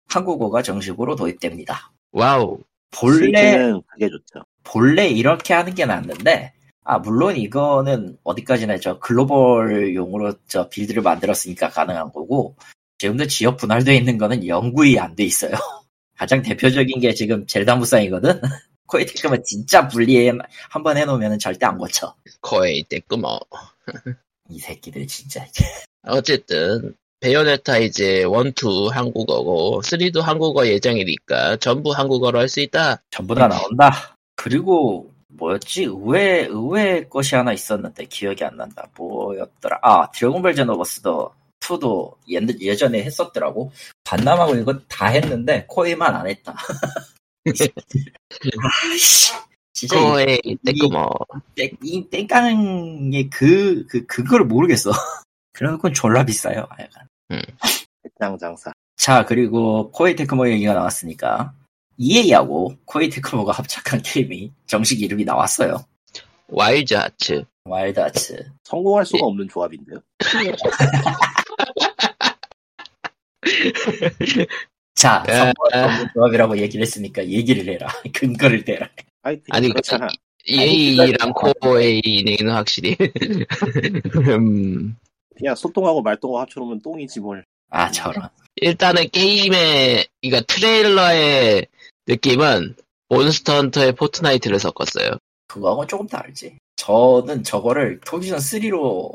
Speaker 2: 한국어가 정식으로 도입됩니다.
Speaker 1: 와우.
Speaker 2: 본래,
Speaker 3: 스위치는 그게 좋죠.
Speaker 2: 본래 이렇게 하는 게 낫는데, 아, 물론 이거는 어디까지나 저 글로벌 용으로 저 빌드를 만들었으니까 가능한 거고, 지금도 지역 분할되어 있는 거는 영구히 안 돼 있어요. *laughs* 가장 대표적인 게 지금 젤다 무쌍이거든? *laughs* 코에 테크면 진짜 분리해, 한 번 해놓으면 절대 안 고쳐.
Speaker 1: 거의 됐구먼.
Speaker 2: 이 새끼들 진짜. 이제.
Speaker 1: 어쨌든 베요네타 이제 1, 2 한국어고 3도 한국어 예정이니까 전부 한국어로 할 수 있다.
Speaker 2: 전부 다 나온다. 그리고 뭐였지? 의외 의외 것이 하나 있었는데 기억이 안 난다. 뭐였더라? 아 드래곤볼 제노버스도 2도 예, 예전에 했었더라고. 반남하고 이거 다 했는데 코에만 안 했다. 아, 아씨, 진짜 이
Speaker 1: 거의 됐구먼.
Speaker 2: 땡- 이 땡깡의 그, 그 그걸 모르겠어. *laughs* 그래놓고 졸라 비싸요. 아, 약간.
Speaker 3: 장 장사.
Speaker 2: 자, 그리고 코에이 테크모 얘기가 나왔으니까 EA하고 코에이 테크모가 *laughs* 합작한 게임이 정식 이름이 나왔어요.
Speaker 1: 와일드 하츠.
Speaker 2: 와일드 아츠.
Speaker 3: 성공할
Speaker 1: 예.
Speaker 3: 수가 없는 조합인데요.
Speaker 2: 자,
Speaker 1: 에.
Speaker 2: 성공한 조합이라고 얘기를 했으니까 얘기를 해라. *laughs* 근거를 대라.
Speaker 3: 아니, 그게
Speaker 1: 아니,
Speaker 3: 그렇잖아.
Speaker 1: EA랑 코에이는 확실히. *laughs* 음,
Speaker 3: 그냥 소똥하고 말똥하고 합쳐놓으면 똥이지 뭘.
Speaker 2: 아, 저런.
Speaker 1: 일단은 게임의 그러니까 트레일러의 느낌은 몬스터헌터의 포트나이트를 섞었어요.
Speaker 2: 그거하고 조금 다르지. 저는 저거를 토기전 3로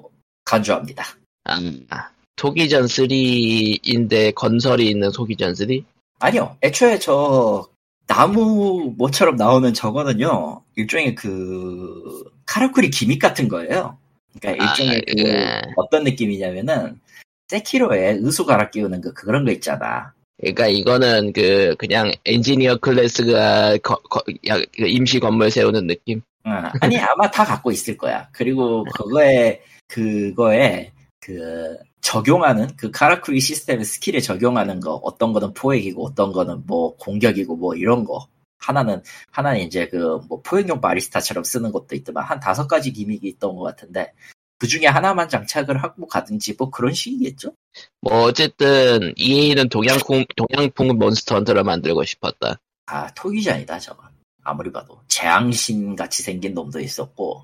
Speaker 2: 간주합니다.
Speaker 1: 아, 토기전 3인데 건설이 있는 토기전 3?
Speaker 2: 아니요. 애초에 저 나무 뭐처럼 나오는 저거는요. 일종의 그 카라쿠리 기믹 같은 거예요. 그러니까 일종의
Speaker 1: 아,
Speaker 2: 그
Speaker 1: 예.
Speaker 2: 어떤 느낌이냐면은 세키로에 의수 갈아 끼우는 그 그런 거 있잖아.
Speaker 1: 그러니까 이거는 그 그냥 엔지니어 클래스가 거- 거- 야, 그 임시 건물 세우는 느낌.
Speaker 2: 응. 아니 아마 다 갖고 있을 거야. 그리고 그거에 그거에 그 적용하는 그 카라쿠리 시스템의 스킬에 적용하는 거 어떤 거는 포획이고 어떤 거는 뭐 공격이고 뭐 이런 거 하나는 하나는 이제 그 뭐 포획용 바리스타처럼 쓰는 것도 있지만 한 다섯 가지 기믹이 있던 것 같은데 그 중에 하나만 장착을 하고 가든지 뭐 그런 식이겠죠.
Speaker 1: 뭐 어쨌든 EA는 동양풍 동양풍 몬스터 헌터를 만들고 싶었다.
Speaker 2: 아 토기전이다 저건 아무리 봐도 재앙신 같이 생긴 놈도 있었고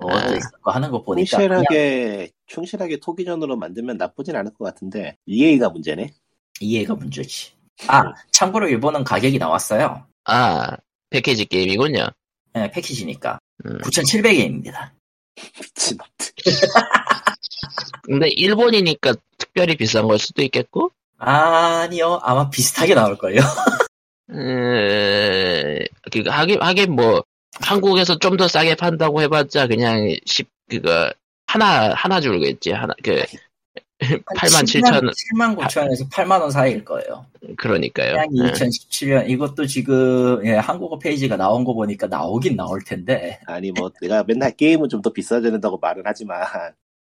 Speaker 2: 뭐
Speaker 1: 아.
Speaker 2: 있었고 하는 거 보니까 그냥
Speaker 3: 충실하게, 충실하게 토기전으로 만들면 나쁘진 않을 것 같은데, EA가 문제네? *laughs*
Speaker 2: 이해가 문제지. 아, 참고로 일본은 가격이 나왔어요.
Speaker 1: 아 패키지 게임이군요.
Speaker 2: 네, 패키지니까.
Speaker 1: 음.
Speaker 2: 9,700엔입니다.
Speaker 3: 미친놈들.
Speaker 1: 근데 일본이니까 특별히 비싼 걸 수도 있겠고.
Speaker 2: 아니요, 아마 비슷하게 나올걸요.
Speaker 1: 음, 그 하긴 하긴 뭐 한국에서 좀 더 싸게 판다고 해봤자 그냥 10 그거 하나 하나 줄겠지 하나 그 8만 7천
Speaker 2: 7만 9천에서 8만원 사이일 거예요.
Speaker 1: 그러니까요. 네.
Speaker 2: 그냥
Speaker 1: 응.
Speaker 2: 2017년, 이것도 지금, 예, 한국어 페이지가 나온 거 보니까 나오긴 나올 텐데.
Speaker 3: 아니, 뭐, 내가 맨날 게임은 좀 더 비싸져야 된다고 말은 하지만,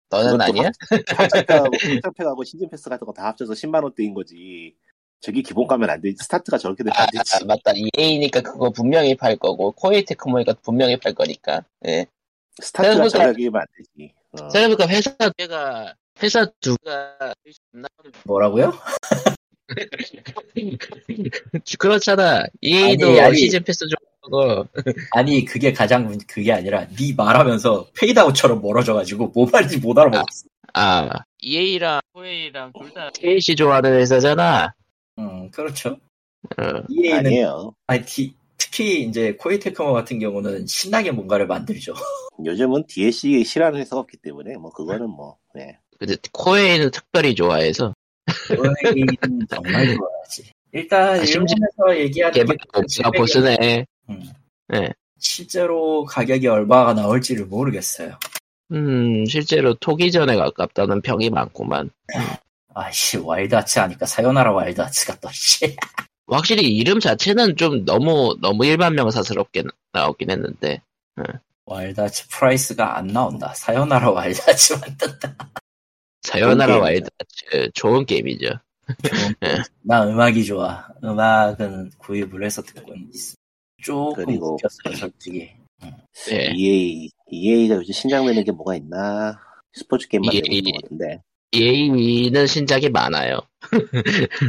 Speaker 1: 너는
Speaker 3: 그것도
Speaker 1: 아니야?
Speaker 3: 확장팩하고, 확장팩하고 시즌 패스 같은 거 다 합쳐서 10만원대인 거지. 저기 기본 가면 안 되지. 스타트가 저렇게 되면
Speaker 1: 아,
Speaker 3: 안
Speaker 1: 아,
Speaker 3: 되지.
Speaker 1: 맞다. EA니까 그거 분명히 팔 거고, 코에이 테크모니까 분명히 팔 거니까. 예.
Speaker 3: 스타트가
Speaker 1: 그러니까-
Speaker 3: 저렇게면 안 되지. 어.
Speaker 1: 생각해보니까 회사 두가, 회사 두가, *laughs*
Speaker 2: 뭐라고요?
Speaker 1: 그렇잖아. EA도
Speaker 2: 아니, 아니.
Speaker 1: 시즌 패스 좋아하고,
Speaker 2: 아니, 그게 가장, 문- 그게 아니라, 네 말하면서 페이드아웃처럼 멀어져가지고, 뭐 말인지 못 알아먹었어.
Speaker 1: 아, EA랑 코에이랑 둘다 KC 좋아하는 회사잖아.
Speaker 2: 음, 그렇죠.
Speaker 1: 어,
Speaker 2: EA는
Speaker 3: 아니에요.
Speaker 2: 아니, 디- 특히 이제 코이테크모 같은 경우는 신나게 뭔가를 만들죠.
Speaker 3: 요즘은 DLC 싫어하는 회사가 없기 때문에, 뭐, 그거는 뭐, 네.
Speaker 1: 근데 코에이는 특별히 좋아해서.
Speaker 2: 여행인 정말 좋아하지. 일단
Speaker 1: 아, 심지어
Speaker 2: 일본에서 얘기하는 게
Speaker 1: 개발자 보스네.
Speaker 2: 실제로 가격이 얼마가 나올지를 모르겠어요.
Speaker 1: 음, 실제로 토기전에 가깝다는 평이 많구만.
Speaker 2: 아씨 와일드아츠 하니까 사요나라 와일드아츠가 또 씨.
Speaker 1: 확실히 이름 자체는 좀 너무, 너무 일반명사스럽게 나오긴 했는데.
Speaker 2: 와일드하츠 프라이스가 안 나온다. 사요나라 와일드하츠 만든다.
Speaker 1: 사요나라
Speaker 3: 좋은
Speaker 1: 와일드 아츠 좋은 게임이죠.
Speaker 2: 좋은 게임. 나 음악이 좋아. 음악은 구입을 해서 듣고 있어. 조금
Speaker 3: 그리고-
Speaker 2: 웃겼어요, 솔직히.
Speaker 1: 예.
Speaker 3: EA E EA가 요즘 신작 내는 게 뭐가 있나? 스포츠 게임만
Speaker 1: EA.
Speaker 3: 내고 있는 것 같은데.
Speaker 1: EA는 E 신작이 많아요. *laughs*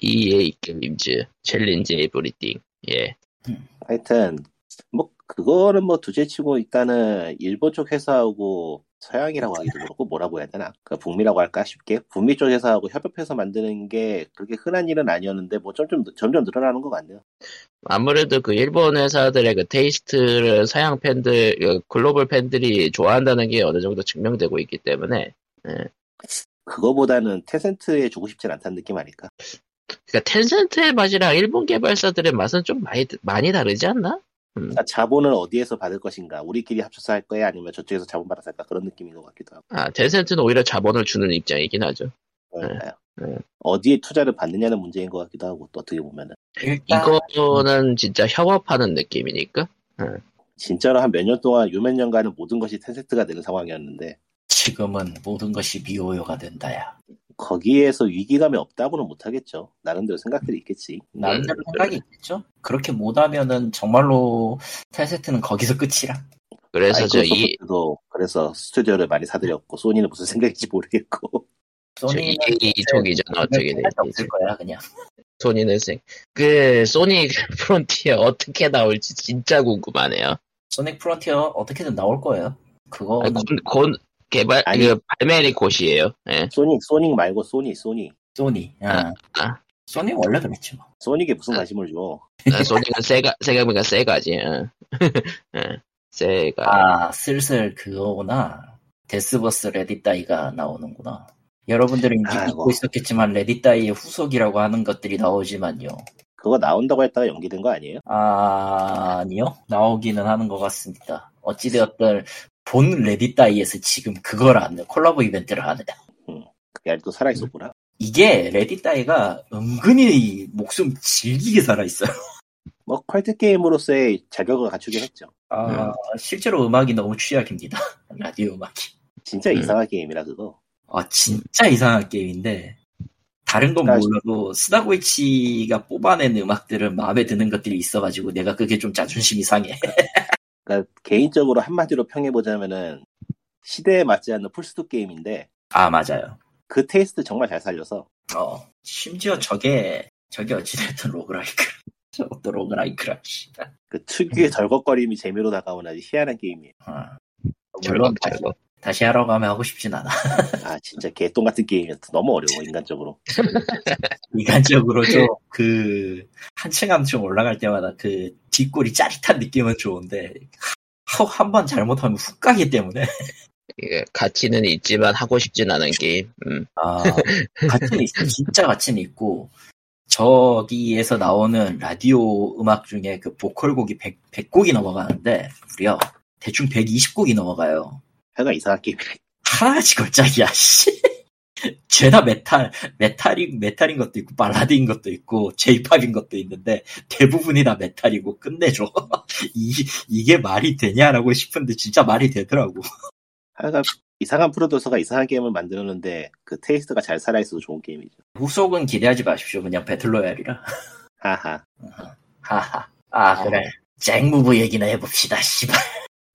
Speaker 1: EA 게임즈 챌린지 에브리띵. 예.
Speaker 3: 하여튼 뭐 그거는 뭐 두제치고 일단은 일본 쪽 회사하고 서양이라고 하기도 그렇고 뭐라고 해야 되나? 그 북미라고 할까 쉽게 북미 쪽 회사하고 협업해서 만드는 게 그렇게 흔한 일은 아니었는데 뭐 점점 점점 늘어나는 것 같네요.
Speaker 1: 아무래도 그 일본 회사들의 그 테이스트를 서양 팬들, 그 글로벌 팬들이 좋아한다는 게 어느 정도 증명되고 있기 때문에.
Speaker 3: 그거보다는 테센트에 주고 싶진 않다는 느낌 아닐까?
Speaker 1: 그러니까 텐센트의 맛이랑 일본 개발사들의 맛은 좀 많이, 많이 다르지 않나?
Speaker 3: 그러니까 자본을 어디에서 받을 것인가? 우리끼리 합쳐서 할 거야? 아니면 저쪽에서 자본 받아서 할까? 그런 느낌인 것 같기도 하고.
Speaker 1: 아, 텐센트는 오히려 자본을 주는 입장이긴 하죠.
Speaker 3: 그러니까요.
Speaker 1: 네.
Speaker 3: 어디에 투자를 받느냐는 문제인 것 같기도 하고 또 어떻게 보면은
Speaker 2: 일단
Speaker 1: 이거는 진짜 협업하는 느낌이니까.
Speaker 3: 진짜로 한 몇 년 동안 요 몇 년간은 모든 것이 텐센트가 되는 상황이었는데
Speaker 2: 지금은 모든 것이 미호요가 된다야.
Speaker 3: 거기에서 위기감이 없다고는 못하겠죠. 나름대로 생각들이 있겠지.
Speaker 2: 나름대로
Speaker 1: 음.
Speaker 2: 생각이 있겠죠? 그렇게 못하면은 정말로 텐세트는 거기서 끝이라.
Speaker 1: 그래서 저 이,
Speaker 3: 마이크로소프트도 그래서 스튜디오를 많이 사들였고 소니는 무슨 생각인지 모르겠고 *laughs*
Speaker 1: 저
Speaker 2: 소니는
Speaker 1: EA 쪽이죠. 어떻게
Speaker 2: 할
Speaker 1: 될지.
Speaker 2: 수 네, 없을 거야 그냥.
Speaker 1: 소니는 생. 그, 소니 *laughs* 프론티어 어떻게 나올지 진짜 궁금하네요.
Speaker 2: 소닉 프론티어 어떻게든 나올 거예요. 그거
Speaker 1: 아, 곧, 곧 개발,
Speaker 3: 아니.
Speaker 1: 그 발매일이 곧이에요. 예.
Speaker 3: 소닉 소닉 말고 소니 소니
Speaker 2: 소니. 어.
Speaker 1: 아, 아.
Speaker 2: 소니 원래 그랬지 뭐.
Speaker 3: 소닉에 무슨
Speaker 1: 네.
Speaker 3: 관심을 줘?
Speaker 2: *laughs*
Speaker 1: 아, 소니가 세가, 세가니까 세가지. *laughs* 응. 응. 세가. 뭐
Speaker 2: 아 슬슬 그거구나. 데스버스 레딧다이가 나오는구나. 여러분들은 이제
Speaker 3: 아이고.
Speaker 2: 믿고 있었겠지만 레딧다이의 후속이라고 하는 것들이 나오지만요.
Speaker 3: 그거 나온다고 했다가 연기된 거 아니에요?
Speaker 2: 아, 아니요. 나오기는 하는 것 같습니다. 어찌되었든 본 레딧다이에서 지금 그걸 안 해. 콜라보 이벤트를 안 해.
Speaker 3: 그게 아직도 살아있었구나.
Speaker 2: 이게 레딧다이가 은근히 목숨 질기게 살아있어요.
Speaker 3: 뭐 컬트 게임으로서의 자격을 갖추긴 했죠.
Speaker 2: 아, 실제로 음악이 너무 취약입니다. *laughs* 라디오 음악이.
Speaker 3: 진짜
Speaker 1: 음.
Speaker 3: 이상한 게임이라 그거.
Speaker 2: 아, 진짜 이상한 게임인데, 다른 건
Speaker 3: 그러니까
Speaker 2: 몰라도, 스다고이치가 뽑아낸 음악들은 마음에 드는 것들이 있어가지고, 내가 그게 좀 자존심이 상해.
Speaker 3: 그러니까 개인적으로 한마디로 평해보자면은 시대에 맞지 않는 풀스톱 게임인데
Speaker 2: 아, 맞아요.
Speaker 3: 그 테이스트 정말 잘 살려서
Speaker 2: 어, 심지어 저게, 저게 어찌됐든 로그라이크. *laughs* 저것도 로그라이크라, 씨발.
Speaker 3: 그 특유의 덜걱거림이 재미로 다가오는 아주 희한한 게임이에요.
Speaker 2: 어. 물론, 다시,
Speaker 1: 절걱절걱.
Speaker 2: 다시 하라고 하면 하고 싶진 않아. *laughs*
Speaker 3: 아 진짜 개똥 같은 게임이었어. 너무 어려워 인간적으로.
Speaker 2: 인간적으로 좀, 그, 한층 한층 올라갈 때마다 그, 뒷골이 짜릿한 느낌은 좋은데, 한 번 잘못하면 훅 가기 때문에.
Speaker 1: 이게 가치는 있지만 하고 싶진 않은 게임. 음.
Speaker 2: *laughs* 아, 가치는 있어. 진짜 가치는 있고, 저기에서 나오는 라디오 음악 중에 그 보컬곡이 100, 100곡이 넘어가는데, 무려 대충 120곡이 넘어가요.
Speaker 3: 하여간 이상한 게임.
Speaker 2: 하나같이 걸작이야, 씨. *laughs* 죄다 메탈, 메탈이, 메탈인 것도 있고, 발라드인 것도 있고, 제이팝인 것도 있는데, 대부분이 다 메탈이고, 끝내줘. *laughs* 이, 이게 말이 되냐라고 싶은데, 진짜 말이 되더라고.
Speaker 3: 하여간 이상한 프로듀서가 이상한 게임을 만들었는데 그 테이스트가 잘 살아있어서 좋은 게임이죠.
Speaker 2: 후속은 기대하지 마십시오. 그냥 배틀로얄이라. *laughs*
Speaker 3: 하하.
Speaker 2: 하하. 아, 그래. 잭무브 얘기나 해봅시다, 씨발.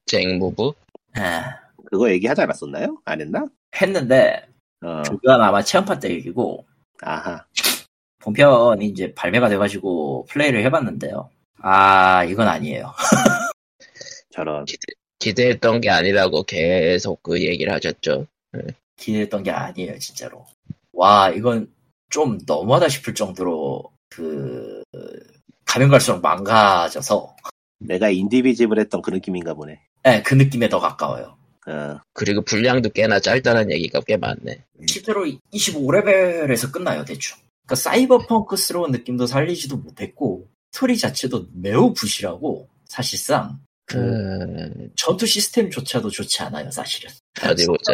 Speaker 1: 쟁무부?
Speaker 2: 아,
Speaker 3: 그거 얘기하지 않았었나요? 안 했나?
Speaker 2: 했는데,
Speaker 3: 어.
Speaker 2: 그건 아마 체험판 때 얘기고,
Speaker 3: 아하.
Speaker 2: 본편이 이제 발매가 돼가지고 플레이를 해봤는데요. 아, 이건 아니에요.
Speaker 3: 저런.
Speaker 1: 기대했던 게 아니라고 계속 그 얘기를 하셨죠.
Speaker 2: 기대했던 게 아니에요, 진짜로. 와, 이건 좀 너무하다 싶을 정도로, 그, 가면 갈수록 망가져서,
Speaker 3: 내가 인디비집을 했던 그 느낌인가 보네.
Speaker 2: 예, 그 느낌에 더 가까워요.
Speaker 3: 어.
Speaker 1: 그리고 분량도 꽤나 짧다는 얘기가 꽤 많네.
Speaker 2: 실제로 25레벨에서 끝나요, 대충. 그러니까 사이버펑크스러운 느낌도 살리지도 못했고, 스토리 자체도 매우 부실하고, 사실상, 그,
Speaker 1: 음,
Speaker 2: 전투 시스템조차도 좋지 않아요, 사실은.
Speaker 1: 어디 보자.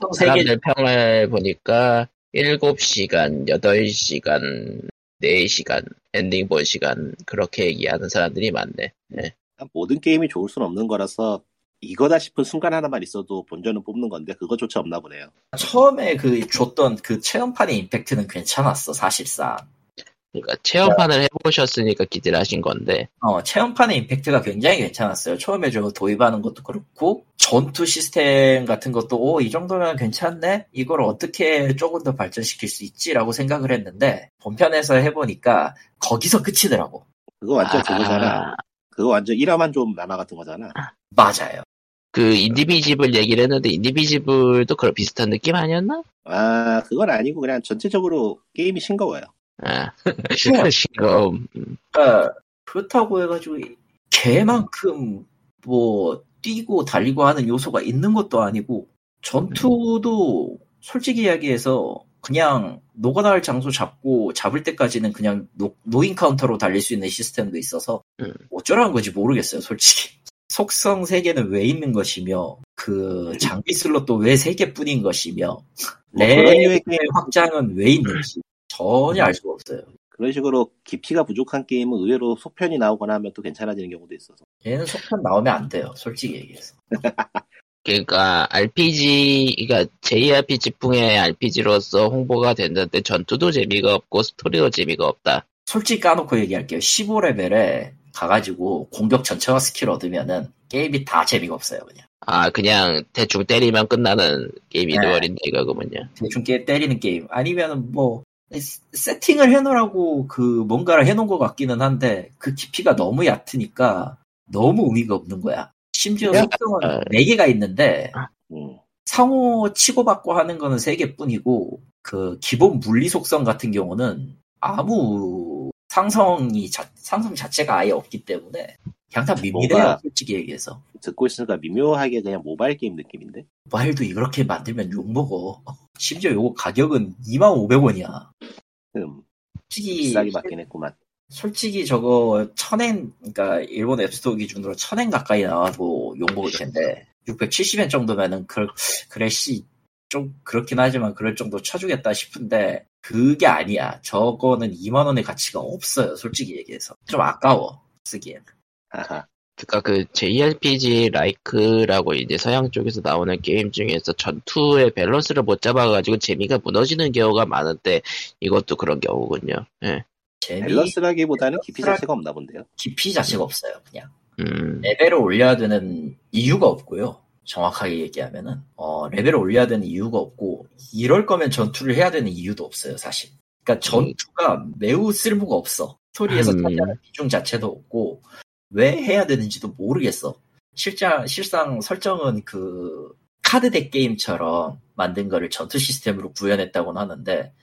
Speaker 2: 삼성 세계,
Speaker 1: 사람들 평을 보니까 7시간, 네 8시간, 4시간, 엔딩 본 시간 그렇게 얘기하는 사람들이 많네.
Speaker 3: 그러니까 모든 게임이 좋을 수는 없는 거라서 이거다 싶은 순간 하나만 있어도 본전은 뽑는 건데 그거조차 없나 보네요.
Speaker 2: 처음에 그 줬던 그 체험판의 임팩트는 괜찮았어 사실상.
Speaker 1: 그러니까 체험판을 해보셨으니까 기대하신 건데
Speaker 2: 어, 체험판의 임팩트가 굉장히 괜찮았어요. 처음에 저 도입하는 것도 그렇고, 전투 시스템 같은 것도, 오, 이 정도면 괜찮네? 이걸 어떻게 조금 더 발전시킬 수 있지라고 생각을 했는데, 본편에서 해보니까, 거기서 끝이더라고.
Speaker 3: 그거 완전
Speaker 1: 아.
Speaker 3: 그거잖아. 그거 완전 1화만 좀 만화 같은 거잖아.
Speaker 2: 맞아요.
Speaker 1: 그 인디비지블 얘기를 했는데 인디비지블도 그런 비슷한 느낌 아니었나?
Speaker 3: 아 그건 아니고 그냥 전체적으로 게임이 싱거워요.
Speaker 1: 아, *laughs*
Speaker 2: 네.
Speaker 1: 지금
Speaker 2: 그러니까 그렇다고 해가지고, 개만큼, 뭐, 뛰고 달리고 하는 요소가 있는 것도 아니고, 전투도, 솔직히 이야기해서, 그냥, 노가다할 장소 잡고, 잡을 때까지는 그냥 노, 노인 카운터로 달릴 수 있는 시스템도 있어서,
Speaker 1: 음.
Speaker 2: 어쩌라는 건지 모르겠어요, 솔직히. *laughs* 속성 세개는왜 있는 것이며, 그, 장비 슬롯도 왜 세개뿐인 것이며,
Speaker 3: 뭐
Speaker 2: 내
Speaker 3: 그런 유의 게임,
Speaker 2: *laughs* 확장은 왜 있는지, 전혀 알 수가 없어요.
Speaker 3: 그런 식으로 깊이가 부족한 게임은 의외로 속편이 나오거나 하면 또 괜찮아지는 경우도 있어서.
Speaker 2: 얘는 속편 나오면 안 돼요, 솔직히 얘기해서.
Speaker 1: 그러니까 RPG, 그러니까 JRPG풍의 RPG로서 홍보가 됐는데 전투도 재미가 없고 스토리도 재미가 없다.
Speaker 2: 솔직히 까놓고 얘기할게요. 15레벨에 가가지고 공격 전체와 스킬 얻으면은 게임이 다 재미가 없어요, 그냥.
Speaker 1: 아 그냥 대충 때리면 끝나는 게임이
Speaker 2: 네.
Speaker 1: 되어버린다 이거군요.
Speaker 2: 대충 게 때리는 게임. 아니면은 뭐, 세- 세팅을 해놓으라고 그 뭔가를 해놓은 것 같기는 한데 그 깊이가 너무 얕으니까 너무 의미가 없는 거야. 심지어
Speaker 3: 야.
Speaker 2: 속성은 4개가 있는데
Speaker 3: 음.
Speaker 2: 상호 치고받고 하는 거는 세 개뿐이고 그 기본 물리 속성 같은 경우는 아무 상성이 자, 상성 자체가 아예 없기 때문에 그냥 다 밋밋해요
Speaker 3: 뭐가-
Speaker 2: 솔직히 얘기해서
Speaker 3: 듣고 있으니까 미묘하게 그냥 모바일 게임 느낌인데.
Speaker 2: 말도 이렇게 만들면 욕먹어 심지어 요거 가격은 2500원이야
Speaker 3: 음,
Speaker 2: 솔직히
Speaker 3: 비싸게 받긴 했구만.
Speaker 2: 솔직히 저거 천엔 그러니까 일본 앱스토어 기준으로 천엔 가까이 나와도 욕먹을 텐데 670엔 정도면은 그 그래 씨좀 그렇긴 하지만 그럴 정도 쳐주겠다 싶은데 그게 아니야 저거는 2만 원의 가치가 없어요 솔직히 얘기해서 좀 아까워 쓰기엔
Speaker 3: 하하.
Speaker 1: 그러니까 그 JRPG 라이크라고 이제 서양 쪽에서 나오는 게임 중에서 전투의 밸런스를 못 잡아가지고 재미가 무너지는 경우가 많은데 이것도 그런 경우군요. 예.
Speaker 2: 재미
Speaker 3: 밸런스라기보다는 깊이
Speaker 2: 밸런스라-
Speaker 3: 자체가 없나 본데요.
Speaker 2: 깊이 자체가 없어요 그냥
Speaker 1: 음.
Speaker 2: 레벨을 올려야 되는 이유가 없고요 정확하게 얘기하면은 어, 레벨을 올려야 되는 이유가 없고 이럴 거면 전투를 해야 되는 이유도 없어요 사실. 그러니까 전투가 매우 쓸모가 없어. 스토리에서
Speaker 1: 음.
Speaker 2: 차지하는 비중 자체도 없고 왜 해야 되는지도 모르겠어. 실자 실상 설정은 그 카드덱 게임처럼 만든 거를 전투 시스템으로 구현했다고는 하는데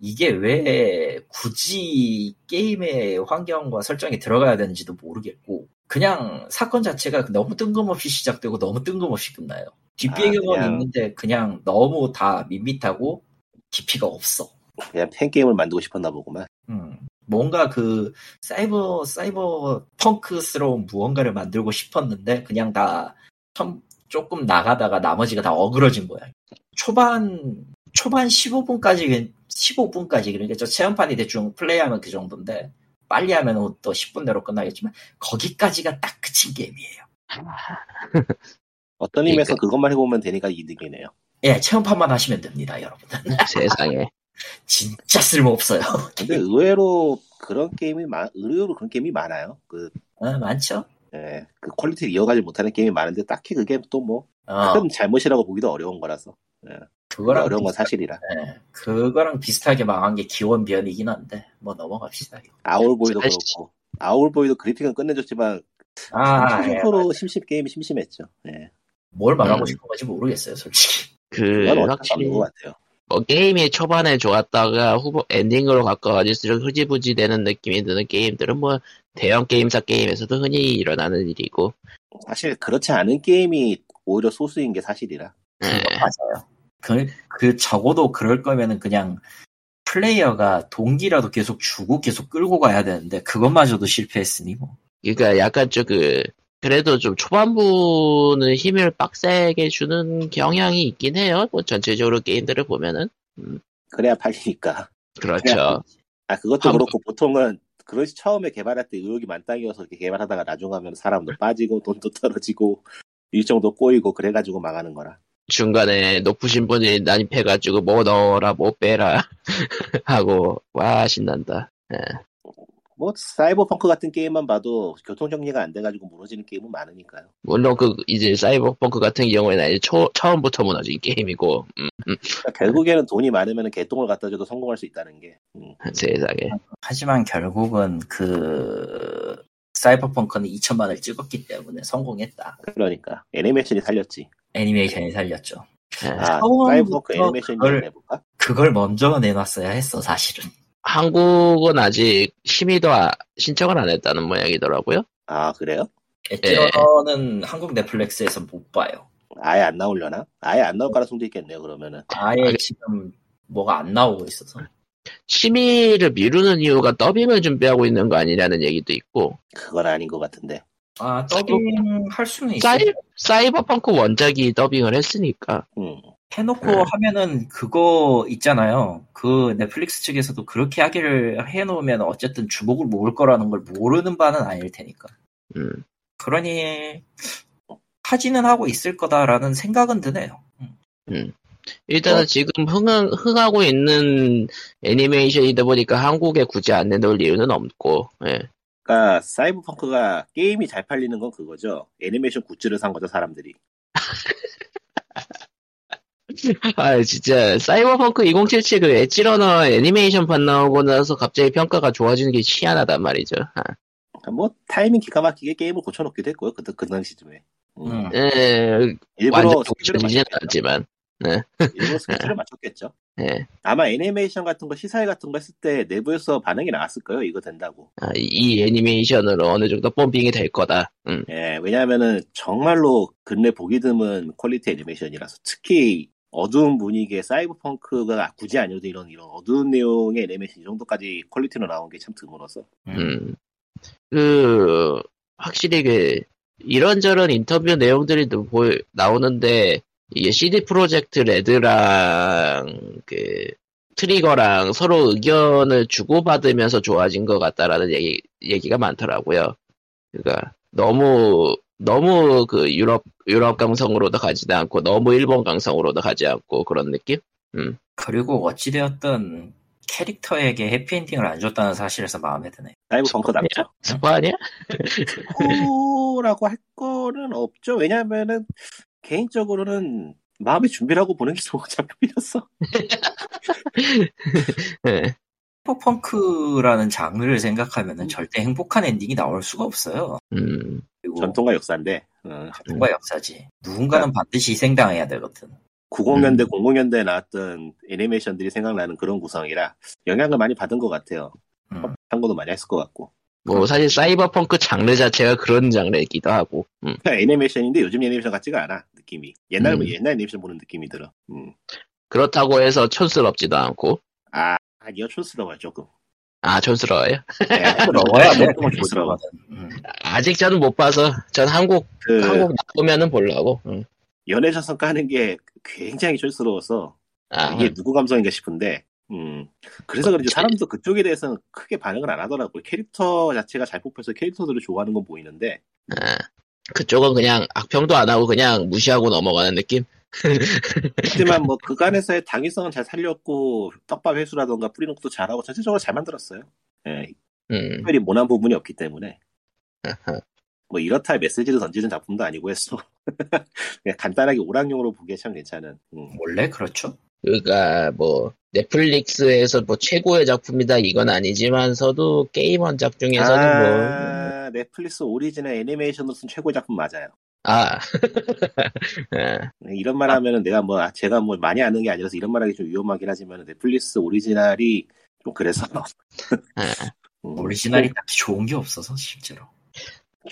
Speaker 2: 이게 왜 굳이 게임의 환경과 설정이 들어가야 되는지도 모르겠고 그냥 사건 자체가 너무 뜬금없이 시작되고 너무 뜬금없이 끝나요. 뒷배경은
Speaker 3: 아, 그냥-
Speaker 2: 있는데 그냥 너무 다 밋밋하고 깊이가 없어.
Speaker 3: 그냥 팬 게임을 만들고 싶었나 보구만.
Speaker 2: 음, 뭔가 그 사이버 사이버 펑크스러운 무언가를 만들고 싶었는데 그냥 다 처음 조금 나가다가 나머지가 다 어그러진 거야. 초반 초반 15분까지 15분까지 그러니까 저 체험판이 대충 플레이하면 그 정도인데 빨리 하면 어, 또 10분 내로 끝나겠지만 거기까지가 딱 끝인 게임이에요.
Speaker 3: 어떤 의미에서
Speaker 1: 그러니까-
Speaker 3: 그것만 해보면 되니까 이득이네요.
Speaker 2: 예, 체험판만 하시면 됩니다, 여러분.
Speaker 1: 세상에.
Speaker 2: 진짜 쓸모 없어요. *laughs*
Speaker 3: 근데 의외로 그런 게임이 많, 의외로 그런 게임이 많아요. 그,
Speaker 2: 어, 많죠?
Speaker 3: 예, 그 퀄리티를 이어가지 못하는 게임이 많은데 딱히 그게 또 뭐 큰
Speaker 2: 어,
Speaker 3: 잘못이라고 보기도 어려운 거라서
Speaker 2: 그거랑
Speaker 3: 어려운 건
Speaker 2: 비슷-
Speaker 3: 사실이라.
Speaker 2: 예, 그거랑 비슷하게 망한 게 기원변이긴 한데 뭐 넘어갑시다. 이거.
Speaker 3: 아울보이도
Speaker 1: 사실-
Speaker 3: 그렇고 아울보이도 그래픽은 끝내줬지만
Speaker 2: 아, 예,
Speaker 3: 30% 심심 게임이 심심했죠. 예,
Speaker 2: 뭘 말하고
Speaker 1: 음.
Speaker 2: 싶은 건지 모르겠어요, 솔직히.
Speaker 1: 그
Speaker 3: 그건 어쩔 수
Speaker 1: 확실히
Speaker 3: 없는 것 같아요.
Speaker 1: 뭐 게임이 초반에 좋았다가 후보 엔딩으로 가까워질수록 흐지부지 되는 느낌이 드는 게임들은 뭐 대형 게임사 게임에서도 흔히 일어나는 일이고
Speaker 3: 사실 그렇지 않은 게임이 오히려 소수인 게 사실이라.
Speaker 1: 예.
Speaker 2: *laughs* 맞아요. 그, 그 적어도 그럴 거면은 그냥 플레이어가 동기라도 계속 주고 계속 끌고 가야 되는데 그것마저도 실패했으니 뭐.
Speaker 1: 그러니까 약간 좀그 그래도 좀 초반부는 힘을 빡세게 주는 경향이 있긴 해요 뭐 전체적으로 게임들을 보면은
Speaker 3: 그래야 팔리니까.
Speaker 1: 그렇죠
Speaker 3: 아 그것도
Speaker 1: 한 번-
Speaker 3: 그렇고 보통은 그래서 처음에 개발할 때 의욕이 만땅이어서 이렇게 개발하다가 나중 하면
Speaker 2: 네.
Speaker 3: 사람도 빠지고 돈도 *laughs* 떨어지고 일정도 꼬이고 그래가지고 망하는 거라.
Speaker 1: 중간에 높으신 분이 난입해가지고 뭐 넣어라 뭐 빼라 *laughs* 하고 와 신난다.
Speaker 3: 뭐 사이버펑크 같은 게임만 봐도 교통 정리가 안 돼가지고 무너지는 게임은 많으니까요.
Speaker 1: 물론 그 이제 사이버펑크 같은 경우에는 아예 초, 처음부터 무너진 게임이고 음,
Speaker 3: 그러니까
Speaker 2: 네.
Speaker 3: 결국에는 돈이 많으면 개똥을 갖다 줘도 성공할 수 있다는 게. 음.
Speaker 1: 세상에
Speaker 2: 하지만 결국은 그 사이버펑크는 2천만을 찍었기 때문에 성공했다.
Speaker 3: 그러니까 애니메이션이 살렸지.
Speaker 2: 애니메이션이 살렸죠.
Speaker 1: 예.
Speaker 3: 아,
Speaker 2: 처음부터
Speaker 3: 사이버펑크 애니메이션
Speaker 2: 그걸-
Speaker 3: 좀 해볼까?
Speaker 2: 그걸 먼저 내놨어야 했어 사실은.
Speaker 1: 한국은 아직 심의도 아- 신청을 안 했다는 모양이더라고요.
Speaker 3: 아 그래요?
Speaker 2: 에티어는 한국 넷플릭스에서 못 봐요.
Speaker 3: 아예 안 나오려나? 아예 안 나올 가능성도 있겠네요. 그러면은
Speaker 2: 아예
Speaker 1: 알겠-
Speaker 2: 지금 뭐가 안 나오고 있어서.
Speaker 1: 심의를 미루는 이유가 더빙을 준비하고 있는 거 아니냐는 얘기도 있고
Speaker 3: 그건 아닌 것 같은데.
Speaker 2: 아 더빙 할 수는 있어.
Speaker 1: 사이, 사이버펑크 원작이 더빙을 했으니까
Speaker 3: 음.
Speaker 2: 해놓고
Speaker 1: 네.
Speaker 2: 하면은 그거 있잖아요. 그 넷플릭스 측에서도 그렇게 하기를 해놓으면 어쨌든 주목을 모을 거라는 걸 모르는 바는 아닐 테니까.
Speaker 1: 음.
Speaker 2: 그러니 하지는 하고 있을 거다라는 생각은 드네요. 음.
Speaker 1: 일단은
Speaker 3: 어.
Speaker 1: 지금 흥, 흥하고 있는 애니메이션이다 보니까 한국에 굳이 안 내놓을 이유는 없고,
Speaker 3: *laughs*
Speaker 1: 예.
Speaker 3: 그러니까 사이버펑크가 게임이 잘 팔리는 건 그거죠. 애니메이션 굿즈를 산 거죠 사람들이.
Speaker 1: 아, 진짜, 사이버펑크 2077 그 엣지러너 애니메이션판 나오고 나서 갑자기 평가가 좋아지는 게 희한하단 말이죠. 아.
Speaker 3: 그러니까 뭐 타이밍 기가 막히게 게임을 고쳐놓기도 했고요. 그때 그 당시쯤에. 음.
Speaker 2: 음.
Speaker 1: 예,
Speaker 3: 일부러
Speaker 1: 완전
Speaker 3: 스케줄을
Speaker 1: 고쳐지진
Speaker 3: 맞췄겠죠.
Speaker 1: 않지만, *laughs*
Speaker 3: 일부러 스케줄을 맞췄겠죠.
Speaker 1: 예.
Speaker 3: 아마 애니메이션 같은 거 시사회 같은 거 했을 때 내부에서 반응이 나왔을 거예요. 이거 된다고.
Speaker 1: 아, 이 애니메이션으로 어느 정도 펌핑이 될 거다. 음.
Speaker 3: 예, 왜냐하면은 정말로 근래 보기 드문 퀄리티 애니메이션이라서 특히 어두운 분위기의 사이버펑크가 굳이 아니어도 이런 이런 어두운 내용의 애니메이션 이 정도까지 퀄리티로 나온 게 참 드물어서
Speaker 1: 음. 그, 확실히 그, 이런저런 인터뷰 내용들이 또 보, 나오는데, 이게 CD 프로젝트 레드랑, 그, 트리거랑 서로 의견을 주고받으면서 좋아진 것 같다라는 얘기, 얘기가 많더라고요. 그니까, 너무, 너무 그 유럽, 유럽 강성으로도 가지도 않고, 너무 일본 강성으로도 가지 않고, 그런 느낌?
Speaker 2: 그리고 어찌되었든 캐릭터에게 해피엔딩을 안 줬다는 사실에서 마음에 드네.
Speaker 3: 사이버펑크 남죠.
Speaker 1: 스포 아니야? *laughs*
Speaker 3: 코라고 할 거는 없죠. 왜냐하면은 개인적으로는 마음의 준비라고 보는 게 좋은 *laughs* 작품이었어.
Speaker 1: 예.
Speaker 2: 펑크라는 장르를 생각하면은 절대 행복한 엔딩이 나올 수가 없어요.
Speaker 1: 음,
Speaker 2: 그리고 그 네.
Speaker 3: 전통과 역사인데 어,
Speaker 2: 전통과 역사지. 누군가는 반드시 희생당해야 되거든.
Speaker 3: 90년대,
Speaker 2: 음.
Speaker 3: 00년대에 나왔던 애니메이션들이 생각나는 그런 구성이라 영향을 많이 받은 것 같아요.
Speaker 2: 음.
Speaker 3: 참고도 많이 했을 것 같고.
Speaker 1: 뭐, 사실 사이버펑크 장르 자체가 그런 장르이기도 하고, 음.
Speaker 3: 그냥 그러니까 애니메이션인데 요즘 애니메이션 같지가 않아 느낌이 옛날
Speaker 1: 음.
Speaker 3: 옛날 애니메이션 보는 느낌이 들어. 음.
Speaker 1: 그렇다고 해서 촌스럽지도 않고
Speaker 3: 아 아니요
Speaker 2: *laughs*
Speaker 3: 촌스러워요 조금.
Speaker 1: 아 촌스러워요
Speaker 3: 네,
Speaker 2: 들어와야 그렇죠. 돼.
Speaker 3: 조금은 촌스러워.
Speaker 2: 음.
Speaker 1: 아직 저는 못 봐서 전 한국
Speaker 3: 그
Speaker 1: 한국 나오면은 보려고 음, 응.
Speaker 3: 연애 전선 까는 게 굉장히 촌스러워서
Speaker 1: 아,
Speaker 3: 이게 누구 감성인가 싶은데. 음.
Speaker 1: 그렇죠.
Speaker 3: 그래서 그런지 사람도 그쪽에 대해서는 크게 반응을 안 하더라고요. 캐릭터 자체가 잘 뽑혀서 캐릭터들을 좋아하는 건 보이는데
Speaker 1: 아. 그쪽은 그냥 악평도 안 하고 그냥 무시하고 넘어가는 느낌 *laughs*
Speaker 3: 하지만 뭐 그간에서의 당위성은 잘 살렸고 떡밥 회수라던가 뿌리는 것도 잘하고 전체적으로 잘 만들었어요. 예,
Speaker 1: 음.
Speaker 3: 특별히 모난 부분이 없기
Speaker 1: *laughs*
Speaker 3: 때문에
Speaker 1: 아하.
Speaker 3: 뭐 이렇다 할 메시지를 던지는 작품도 아니고 했어. *laughs* 그냥 간단하게 오락용으로 보기에 참 괜찮은. 음.
Speaker 2: 원래 그렇죠.
Speaker 1: 그러니까 뭐 넷플릭스에서 뭐 최고의 작품이다 이건 아니지만서도 게임 원작 중에서는 뭐
Speaker 3: 아, 넷플릭스 오리지널 애니메이션으로서는 최고 의 작품 맞아요.
Speaker 1: 아. 예.
Speaker 3: 네, 이런 말 하면은 내가 뭐 아, 제가 뭐 많이 아는 게 아니라서 이런 말하기 좀 위험하긴 하지만 넷플릭스 오리지널이 좀 그래서 *laughs*
Speaker 1: 아,
Speaker 3: 음,
Speaker 2: 어, 오리지널이 딱히 좋은 게 없어서 실제로.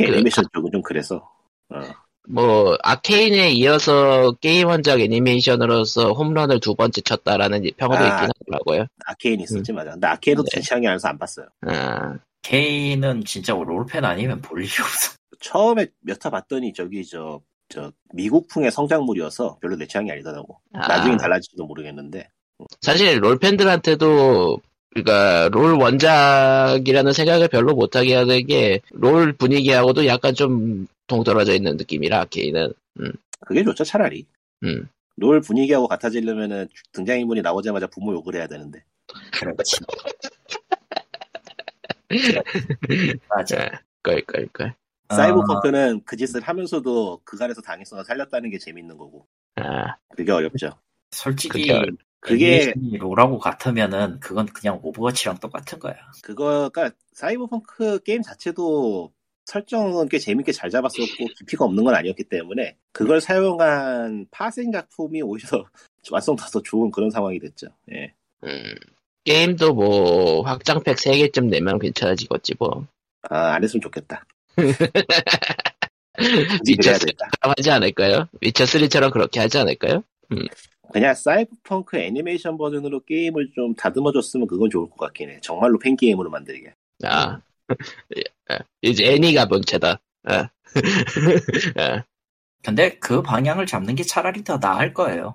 Speaker 3: 애니메이션 쪽은 좀 그래서. 어.
Speaker 1: 뭐 아케인에 이어서 게임 원작 애니메이션으로서 홈런을 두 번째 쳤다라는 평도
Speaker 3: 아.
Speaker 1: 있긴 하더라고요.
Speaker 2: 음.
Speaker 3: 아케인 있었지 맞아. 근데 아케인도
Speaker 2: 네.
Speaker 3: 제 취향이 아니라서 안 봤어요.
Speaker 1: 아.
Speaker 2: 케인은 진짜 롤팬 아니면 볼 일이 없어.
Speaker 3: 처음에 몇 화 봤더니 저기 저, 저 미국풍의 성장물이어서 별로 내 취향이 아니더라고.
Speaker 1: 아.
Speaker 3: 나중엔 달라질지도 모르겠는데.
Speaker 1: 사실 롤팬들한테도 그러니까 롤 원작이라는 생각을 별로 못하게 하는 게 롤 분위기하고도 약간 좀 동떨어져 있는 느낌이라 아케인은
Speaker 3: 그게 좋죠 차라리
Speaker 1: 음.
Speaker 3: 롤 분위기하고 같아지려면은 등장인물이 나오자마자 부모 욕을 해야 되는데
Speaker 2: 그런 거지. 맞아.
Speaker 1: 예. 껄껄껄
Speaker 2: 아.
Speaker 3: 사이버펑크는 그 짓을 하면서도 그간에서 당해서 살렸다는 게 재밌는 거고
Speaker 1: 아
Speaker 3: 그게 어렵죠
Speaker 2: 솔직히
Speaker 1: 그게-
Speaker 3: 그게
Speaker 2: 애니메이션이 로라고 같으면은 그건 그냥 오버워치랑 똑같은 거야.
Speaker 3: 그거가 사이버펑크 게임 자체도 설정은 꽤 재밌게 잘 잡았었고 깊이가 없는 건 아니었기 때문에 그걸 사용한 파생 작품이 오히려 *laughs* 완성도가 더 좋은 그런 상황이 됐죠. 예.
Speaker 1: 음, 게임도 뭐 확장팩 3개쯤 내면 괜찮아지겠지 뭐
Speaker 3: 아, 안 했으면 좋겠다.
Speaker 1: 미쳤어.
Speaker 3: 그래야 되겠다.
Speaker 1: 하지 않을까요? 위쳐3처럼 그렇게 하지 않을까요?
Speaker 3: 그냥 사이버펑크 애니메이션 버전으로 게임을 좀 다듬어줬으면 그건 좋을 것 같긴 해. 정말로 팬게임으로 만들게.
Speaker 1: 아 이제 애니가 본체다 아. 아.
Speaker 2: 근데 그 방향을 잡는 게 차라리 더 나을 거예요.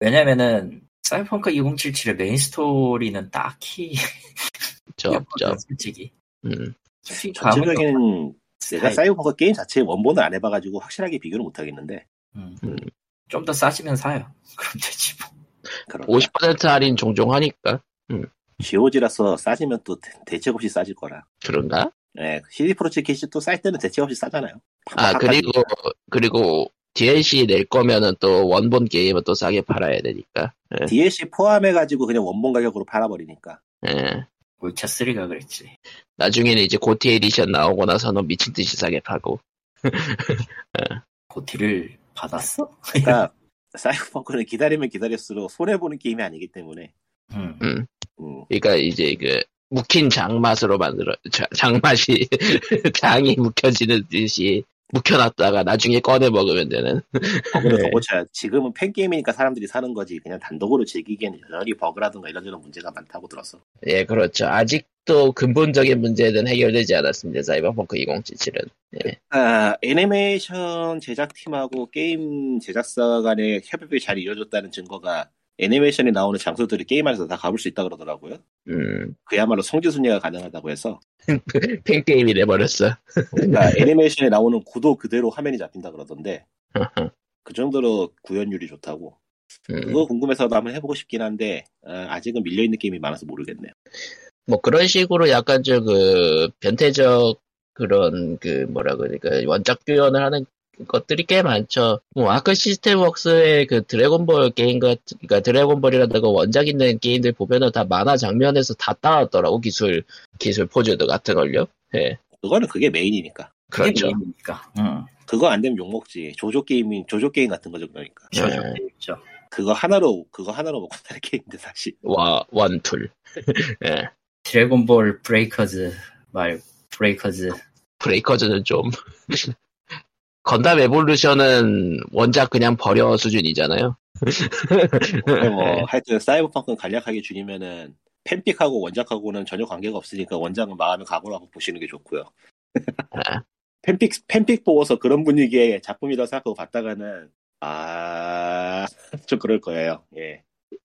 Speaker 2: 왜냐면은 사이버펑크 2077의 메인 스토리는 딱히 예,
Speaker 1: 저, 저,
Speaker 2: *laughs* 솔직히
Speaker 1: 음.
Speaker 2: 솔직히 감흥이 없-
Speaker 3: 전체적인 내가
Speaker 2: 스타일.
Speaker 3: 사이버펑크 게임 자체의 원본을 안 해봐가지고 확실하게 비교를 못하겠는데
Speaker 2: 음.
Speaker 1: 음.
Speaker 2: 좀더 싸지면 사요. *laughs* 그럼 되지 뭐.
Speaker 3: 그런
Speaker 1: 50% 할인 종종 하니까
Speaker 3: GOG라서 싸지면 또 대- 대책 없이 싸질 거라.
Speaker 1: 그런가?
Speaker 3: 네, CD 프로젝트 또 쌀 때는 대책 없이 싸잖아요.
Speaker 1: 아
Speaker 3: 팍팍
Speaker 1: 그리고
Speaker 3: 깎아주니까.
Speaker 1: 그리고 DLC 낼 거면은 또 원본 게임은 또 싸게 팔아야 되니까 예,
Speaker 3: DLC 포함해가지고 그냥 원본 가격으로 팔아버리니까.
Speaker 1: 예.
Speaker 2: 울차 3가 그랬지.
Speaker 1: 나중에는 이제 고티 에디션 나오고 나서는 미친 듯이 싸게 팔고
Speaker 2: 고티를 받았어?
Speaker 3: 그러니까 *laughs* 사이버펑크는 기다리면 기다릴수록 손해 보는 게임이 아니기 때문에.
Speaker 2: 음.
Speaker 1: 음.
Speaker 3: 음,
Speaker 1: 그러니까 이제 그 묵힌 장맛으로 만들어 자- 장맛이 *laughs* 장이 묵혀지는 듯이 묵혀놨다가 나중에 꺼내 먹으면 되는
Speaker 3: 버그를 더
Speaker 1: 네.
Speaker 3: 고쳐야. 지금은 팬 게임이니까 사람들이 사는 거지. 그냥 단독으로 즐기기에는 여전히 버그라든가 이런저런 문제가 많다고 들었어.
Speaker 1: 예 그렇죠 아직도 근본적인 문제는 해결되지 않았습니다 사이버펑크 2077은
Speaker 3: 아, 애니메이션 제작팀하고 게임 제작사 간의 협업이 잘 이루어졌다는 증거가 애니메이션이 나오는 장소들이 게임 안에서 다 가볼 수 있다 그러더라고요.
Speaker 1: 음, *laughs*
Speaker 3: 그야말로 성지순례가 가능하다고 해서
Speaker 1: 팬게임이 돼버렸어 *laughs*
Speaker 3: 그러니까 애니메이션에 나오는 구도 그대로 화면이 잡힌다 그러던데 그 정도로 구현율이 좋다고
Speaker 1: 음.
Speaker 3: 그거 궁금해서도 한번 해보고 싶긴 한데 어, 아직은 밀려있는 게임이 많아서 모르겠네요
Speaker 1: 뭐 그런 식으로 약간 저 그 변태적 그런 그 뭐라 그러니까 원작 표현을 하는 것들이 꽤 많죠. 뭐 아크 시스템 웍스의 그 드래곤볼 게임 같 그러니까 드래곤볼이라든가 원작 있는 게임들 보면은 다 만화 장면에서 다 따왔더라고 기술 기술 포즈도 같은 걸요. 예.
Speaker 3: 그거는 그게 메인이니까
Speaker 1: 그렇죠.
Speaker 2: 그게 메인이니까. 음.
Speaker 3: 그거 안 되면 욕먹지 조조 게임인 조조 게임 같은 거죠 그러니까
Speaker 1: 네.
Speaker 2: 저저 있죠.
Speaker 3: 그거 하나로 그거 하나로 먹고 사는 게임인데 *laughs* 사실
Speaker 1: 와 원툴. 예.
Speaker 2: 드래곤볼 브레이커즈 말 브레이커즈
Speaker 1: 브레이커즈는 좀 *laughs* 건담 에볼루션은 원작 그냥 버려 수준이잖아요.
Speaker 3: 근데 뭐 하여튼 사이버펑크는 간략하게 줄이면은 팬픽하고 원작하고는 전혀 관계가 없으니까 원작은 마음의 각오라고 보시는 게 좋고요 팬픽 팬픽 보고서 그런 분위기의 작품이라고 생각하고 봤다가는 아, *laughs* 아좀 그럴 거예요 예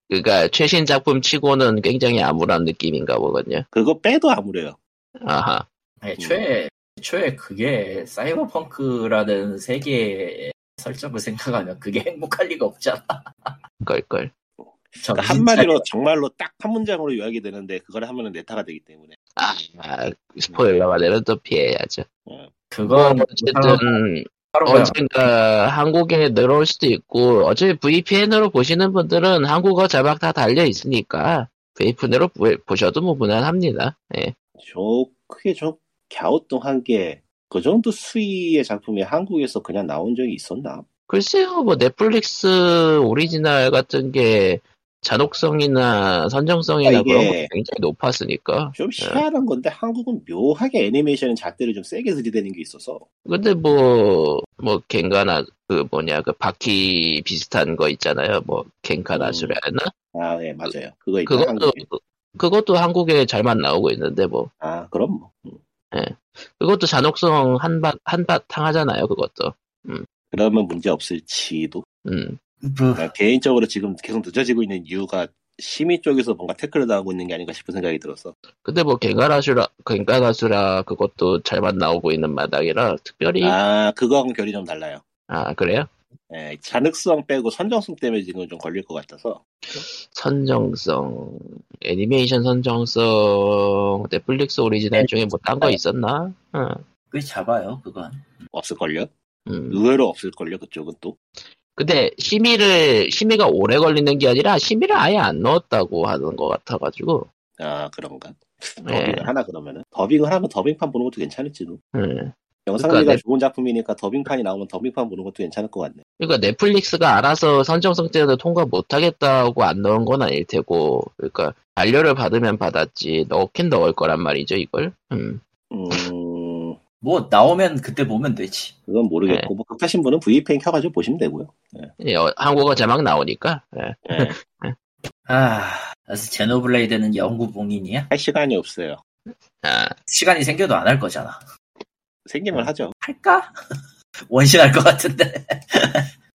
Speaker 1: 그러니까 최신 작품 치고는 굉장히 암울한 느낌인가 보거든요.
Speaker 3: 그거 빼도 아무래요.
Speaker 1: 아하.
Speaker 2: 음. 애초에 애초에 그게 사이버펑크라는 세계의 설정을 생각하면 그게 행복할 리가 없잖아.
Speaker 1: 걸
Speaker 2: 아,
Speaker 3: 그러니까 한마디로 정말로 딱 한 문장으로 요약이 되는데 그걸 하면은 네타가 되기 때문에
Speaker 1: 아, 아, 스포일러가 내려 또 피해야죠.
Speaker 2: 아, 그거
Speaker 1: 뭐 어쨌든 언젠가 한국에 내려올 수도 있고 어차피 VPN으로 보시는 분들은 한국어 자막 다 달려 있으니까 VPN으로 보셔도 뭐 무난합니다. 예.
Speaker 3: 저 크게 저 갸우뚱한 게 그 정도 수위의 작품이 한국에서 그냥 나온 적이 있었나?
Speaker 1: 글쎄요, 뭐 넷플릭스 오리지널 같은 게 잔혹성이나 선정성이나
Speaker 3: 아, 이게-
Speaker 1: 그런 거 굉장히 높았으니까.
Speaker 3: 좀 희한한 건데 한국은 묘하게 애니메이션은 잣대를 좀 세게 들이대는 게 있어서
Speaker 1: 근데 뭐, 뭐, 갱가나, 그 뭐냐, 그 바퀴 비슷한 거 있잖아요. 뭐, 갱카나
Speaker 3: 음.
Speaker 1: 수레나?
Speaker 3: 아, 예, 맞아요. 그거 있다,
Speaker 1: 그것도,
Speaker 3: 한국에.
Speaker 1: 그것도 한국에 잘만 나오고 있는데, 뭐.
Speaker 3: 아, 그럼 뭐. 음.
Speaker 1: 그것도 잔혹성 한바, 한바탕 하잖아요, 그것도.
Speaker 3: 그러면 문제 없을지도. 아,
Speaker 1: 음.
Speaker 3: 나 개인적으로 지금 계속 늦어지고 있는 이유가 심의 쪽에서 뭔가 태클을 당하고 있는 게 아닌가 싶은 생각이 들었어.
Speaker 1: 근데 뭐 갱가라슈라 갱가라슈라 그것도 잘만 나오고 있는 마당이라 특별히 아,
Speaker 3: 아, 그거하고는 결이 좀 달라요.
Speaker 1: 그래요?
Speaker 3: 예, 잔흑성 빼고 선정성 때문에 지금 좀 걸릴 것 같아서.
Speaker 1: 선정성 애니메이션 선정성 넷플릭스 오리지널 중에 뭐 딴 거 있었나? 어.
Speaker 2: 꽤 잡아요 그건.
Speaker 3: 없을걸요?
Speaker 1: 음.
Speaker 3: 의외로 없을걸요, 그쪽은 또.
Speaker 1: 근데 심의를 심의가 오래 걸리는 게 아니라 심의를 아예 안 넣었다고 하는 것 같아가지고
Speaker 3: 아, 그런가?
Speaker 1: 예.
Speaker 3: 더빙을 하나 그러면은. 더빙을 하면 더빙판 보는 것도 괜찮을지. 도
Speaker 1: 음.
Speaker 3: 영상미가
Speaker 1: 그러니까 내-
Speaker 3: 좋은 작품이니까 더빙판이 나오면 더빙판 보는 것도 괜찮을 것 같네.
Speaker 1: 그러니까 넷플릭스가 알아서 선정성 때문에 통과 못하겠다고 안 넣은 건 아닐 테고 그러니까 반려를 받으면 받았지 넣긴 넣을 거란 말이죠 이걸 음.
Speaker 3: 음,
Speaker 2: 뭐 나오면 그때 보면 되지.
Speaker 3: 그건
Speaker 1: 네.
Speaker 3: 모르겠고, 뭐 급하신 분은 VPN 켜가지고 보시면 되고요.
Speaker 1: 예, 어, 한국어 자막 나오니까 예.
Speaker 3: 예,
Speaker 2: 아, 그래서 제노블레이드는 영구봉인이야?
Speaker 3: 할 시간이 없어요.
Speaker 1: 아,
Speaker 2: 시간이 생겨도 안 할 거잖아.
Speaker 1: 네.
Speaker 3: 생기면 하죠.
Speaker 2: 할까? *laughs* 원신할 것 같은데.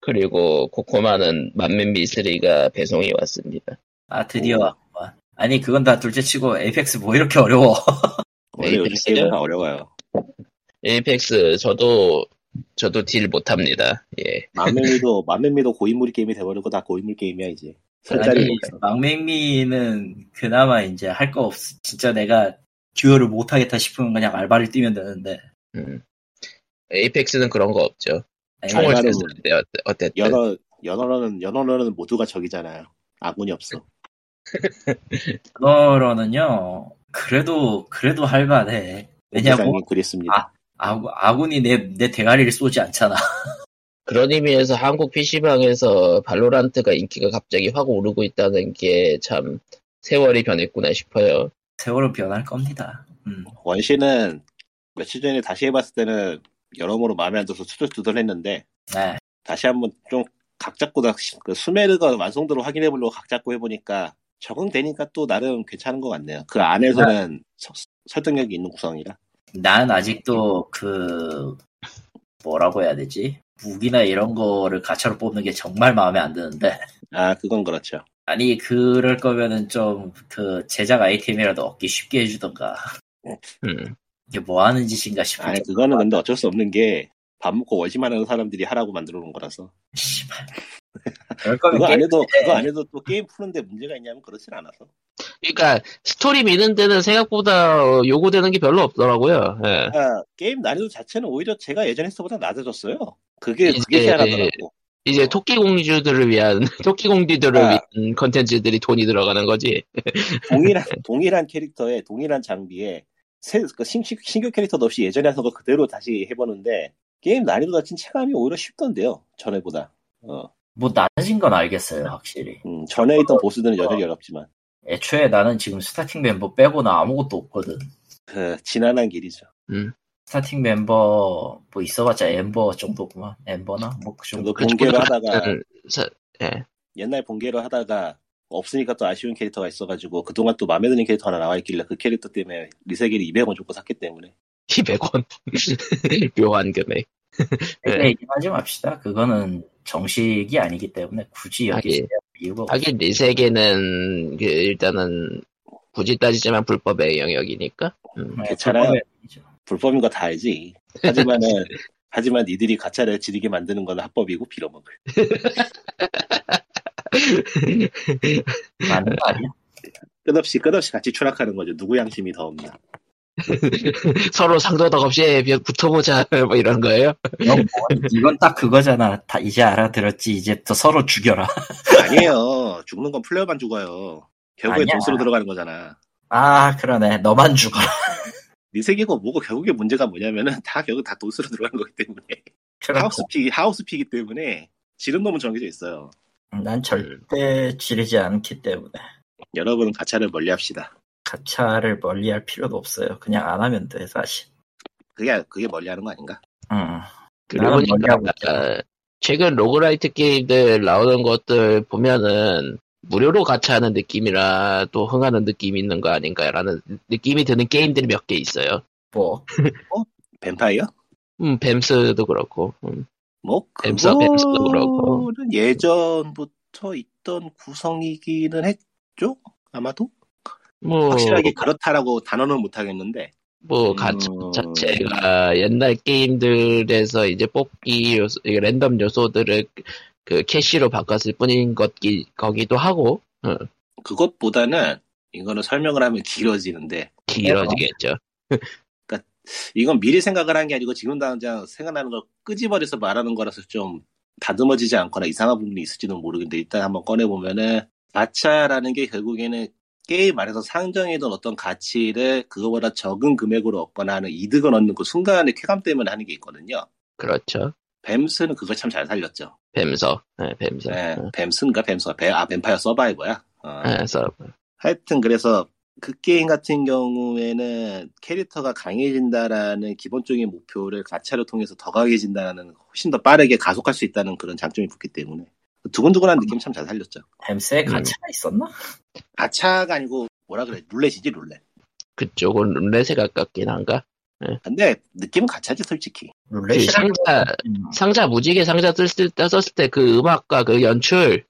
Speaker 1: 그리고 코코마는 만면 미스리가 배송이 왔습니다
Speaker 2: 아 드디어
Speaker 3: 오.
Speaker 2: 왔구만. 아니 그건 다 둘째치고 에이펙스 뭐 이렇게 어려워.
Speaker 3: 원래 요즘
Speaker 1: 에이펙스요?
Speaker 3: 게임은 다 어려워요.
Speaker 1: 네. 에이펙스 저도 저도 딜 못합니다. 예.
Speaker 3: 만면미도, 만면미도 고인물 게임이 돼버리고 다 고인물 게임이야, 이제. 설자리 네.
Speaker 2: 아니 망맹미는 그나마 이제 할 거 없. 진짜 내가 듀얼을 못 하겠다 싶으면 그냥 알바를 뛰면 되는데.
Speaker 1: 음. 에이펙스는 그런 거 없죠.
Speaker 2: 아니,
Speaker 1: 총을
Speaker 3: 네, 알바는
Speaker 1: 쐈는데 어때- 어쨌든
Speaker 3: 연어, 연어로는, 연어로는 모두가 적이잖아요. 아군이 없어.
Speaker 2: 그거로는요. 그래도 그래도 할만해.
Speaker 3: 세상이
Speaker 1: 뭐,
Speaker 2: 왜냐고
Speaker 3: 그랬습니다.
Speaker 2: 아군, 아군이 내 내 대가리를 쏘지 않잖아. *laughs*
Speaker 1: 그런 의미에서 한국 PC방에서 발로란트가 인기가 갑자기 확 오르고 있다는 게 참 세월이 변했구나 싶어요.
Speaker 2: 세월은 변할 겁니다. 음.
Speaker 3: 원신은 며칠 전에 다시 해봤을 때는 여러모로 마음에 안 들어서 투덜투덜했는데,
Speaker 2: 네.
Speaker 3: 다시 한번 좀 각 잡고 다, 그 수메르가 완성도를 확인해 보려고 각 잡고 해보니까 적응되니까 또 나름 괜찮은 것 같네요. 그 안에서는 서- 설득력이 있는 구성이라.
Speaker 2: 난 아직도 그 뭐라고 해야 되지 무기나 이런 거를 가차로 뽑는 게 정말 마음에 안 드는데
Speaker 3: 아, 그건 그렇죠.
Speaker 2: 아니 그럴 거면은 좀 그 제작 아이템이라도 얻기 쉽게 해주던가
Speaker 1: 음.
Speaker 2: 이게 뭐 하는 짓인가 싶을
Speaker 3: 아니,
Speaker 2: 정도.
Speaker 3: 그거는 근데 어쩔 수 없는 게 밥 먹고 월시만 하는 사람들이 하라고 만들어 놓은 거라서.
Speaker 2: 씨발 그럴 거면
Speaker 3: 그거
Speaker 1: 네.
Speaker 3: 안
Speaker 2: 게임
Speaker 3: 해도, 그거 안 해도 또 게임 푸는데 문제가 있냐면 그렇진 않아서.
Speaker 1: 그러니까 스토리 미는 데는 생각보다 어, 요구되는 게 별로 없더라고요. 예.
Speaker 3: 아, 게임 난이도 자체는 오히려 제가 예전 했을 때보다 낮아졌어요. 그게, 그게
Speaker 1: 이제-
Speaker 3: 희한하더라고.
Speaker 1: 이제 토끼 공주들을 위한 *laughs* 토끼 공주들을
Speaker 3: 아.
Speaker 1: 위한 컨텐츠들이 돈이 들어가는 거지.
Speaker 2: *laughs*
Speaker 3: 동일한, 동일한 캐릭터에, 동일한 장비에, 새, 그 신, 신- 신규 캐릭터도 없이 예전에 하던 거 그대로 다시 해보는데, 게임 난이도가 진 체감이 오히려 쉽던데요, 전에보다. 어,
Speaker 2: 뭐 낮아진 건 알겠어요 확실히
Speaker 3: 음, 전에 있던 보스들은 여전히 어렵지만,
Speaker 2: 애초에 나는 지금 스타팅 멤버 빼고는 아무것도 없거든
Speaker 3: 그, 지난한 길이죠.
Speaker 2: 스타팅 멤버 뭐 있어봤자 엠버 정도구만 엠버나 뭐 그 정도
Speaker 3: 저도 본계로
Speaker 2: 네.
Speaker 3: 하다가,
Speaker 1: 음,
Speaker 3: 옛날 본계로 하다가, 없으니까 또 아쉬운 캐릭터가 있어가지고, 그동안 또 마음에 드는 캐릭터 하나 나와있길래, 그 캐릭터 때문에 리세기를 200원 줬고 샀기 때문에.
Speaker 1: 200원 *laughs* 묘한 금액. 네.
Speaker 2: 그때 얘기하지 맙시다. 그거는 정식이 아니기 때문에 굳이
Speaker 1: 하긴.
Speaker 2: 여기
Speaker 3: 뭐.
Speaker 2: 이유가 없
Speaker 1: 하긴 이 세계는 그 일단은 굳이 따지지만 불법의 영역이니까. *laughs* 음.
Speaker 3: 괜찮아요. 불법인 거 다 알지.
Speaker 2: *laughs*
Speaker 3: 하지만은, 하지만 니들이 가차를 지르게 만드는 건 합법이고, 빌어먹을.
Speaker 2: 맞는 거 아니야?
Speaker 3: 끝없이 끝없이 같이 추락하는 거죠. 누구 양심이 더 없나.
Speaker 1: 서로 상도덕 없이 벼- 붙어보자 *laughs* 뭐 이런 거예요.
Speaker 2: 이건 뭐- 이건 딱 그거잖아. 다 이제 알아들었지. 이제부터 서로 죽여라. *laughs*
Speaker 3: 아니에요. 죽는 건 플레이어만 죽어요. 결국에
Speaker 2: 아니야.
Speaker 3: 돈으로 들어가는 거잖아.
Speaker 2: 아 그러네. 너만 죽어라. *laughs*
Speaker 3: 네 세계고 뭐고 결국에 문제가 뭐냐면은 다 결국 다 돈으로 들어가는 거기 때문에 하우스 피 하우스 피기 때문에 지른 놈은 정해져 있어요.
Speaker 2: 난 절대 지르지 않기 때문에
Speaker 3: 여러분은 가차를 멀리합시다.
Speaker 2: 가차를 멀리할 필요도 없어요. 그냥 안 하면 돼 사실.
Speaker 3: 그게 그게 멀리하는 거 아닌가?
Speaker 2: 응.
Speaker 1: 그러고
Speaker 2: 나는
Speaker 1: 보니까
Speaker 2: 멀리 하고
Speaker 1: 아, 최근 로그라이트 게임들 나오는 것들 보면은 무료로 같이 하는 느낌이라 또 흥하는 느낌이 있는 거 아닌가라는 느낌이 드는 게임들이 몇 개 있어요.
Speaker 2: 뭐
Speaker 3: 뱀파이어?
Speaker 1: 음, 뱀스도 그렇고. 음.
Speaker 3: 뭐
Speaker 1: 뱀싸, 뱀싸도 그렇고.
Speaker 3: 그거는 예전부터 있던 구성이기는 했. 있겠죠? 아마도?
Speaker 1: 뭐,
Speaker 3: 확실하게 그렇다라고 단언은 못하겠는데
Speaker 1: 뭐, 가치
Speaker 4: 음.
Speaker 1: 자체가 옛날 게임들에서 이제 뽑기 요소, 이 랜덤 요소들을 그 캐시로 바꿨을 뿐인 것, 기 거기도 하고,
Speaker 3: 그것보다는 이거는 설명을 하면 길어지는데
Speaker 1: 길어지겠죠.
Speaker 3: 이건 미리 생각을 한 게 아니고 지금 당장 생각나는 걸 끄집어내서 말하는 거라서 좀 다듬어지지 않거나 이상한 부분이 있을지도 모르겠는데 일단 한번 꺼내보면은 가차라는 게 결국에는 게임 안에서 상정해둔 어떤 가치를 그거보다 적은 금액으로 얻거나 하는 이득을 얻는 그 순간의 쾌감 때문에 하는 게 있거든요.
Speaker 1: 그렇죠.
Speaker 3: 뱀스는 그걸 참 잘 살렸죠.
Speaker 1: 뱀서, 네, 뱀서.
Speaker 3: 네,
Speaker 1: 네.
Speaker 3: 뱀스인가 뱀스가 뱀, 아 뱀파이어 서바이버야. 어.
Speaker 1: 네, 서-
Speaker 3: 하여튼 그래서 그 게임 같은 경우에는 캐릭터가 강해진다라는 기본적인 목표를 가차를 통해서 더 강해진다는 훨씬 더 빠르게 가속할 수 있다는 그런 장점이 붙기 때문에 두근두근한 느낌 참 잘 살렸죠.
Speaker 2: 뱀스에
Speaker 1: 음.
Speaker 2: 가차가 있었나?
Speaker 3: 가차가 아니고 뭐라 그래 룰렛이지 룰렛.
Speaker 1: 그쪽은 룰렛에 가깝긴 한가?
Speaker 3: 근데 느낌은 가차지 솔직히.
Speaker 1: 그
Speaker 2: 룰렛이랑 음.
Speaker 1: 상자, 상자 무지개 상자 썼을 때, 썼을 때 그 음악과 그
Speaker 3: *laughs*
Speaker 1: 연출.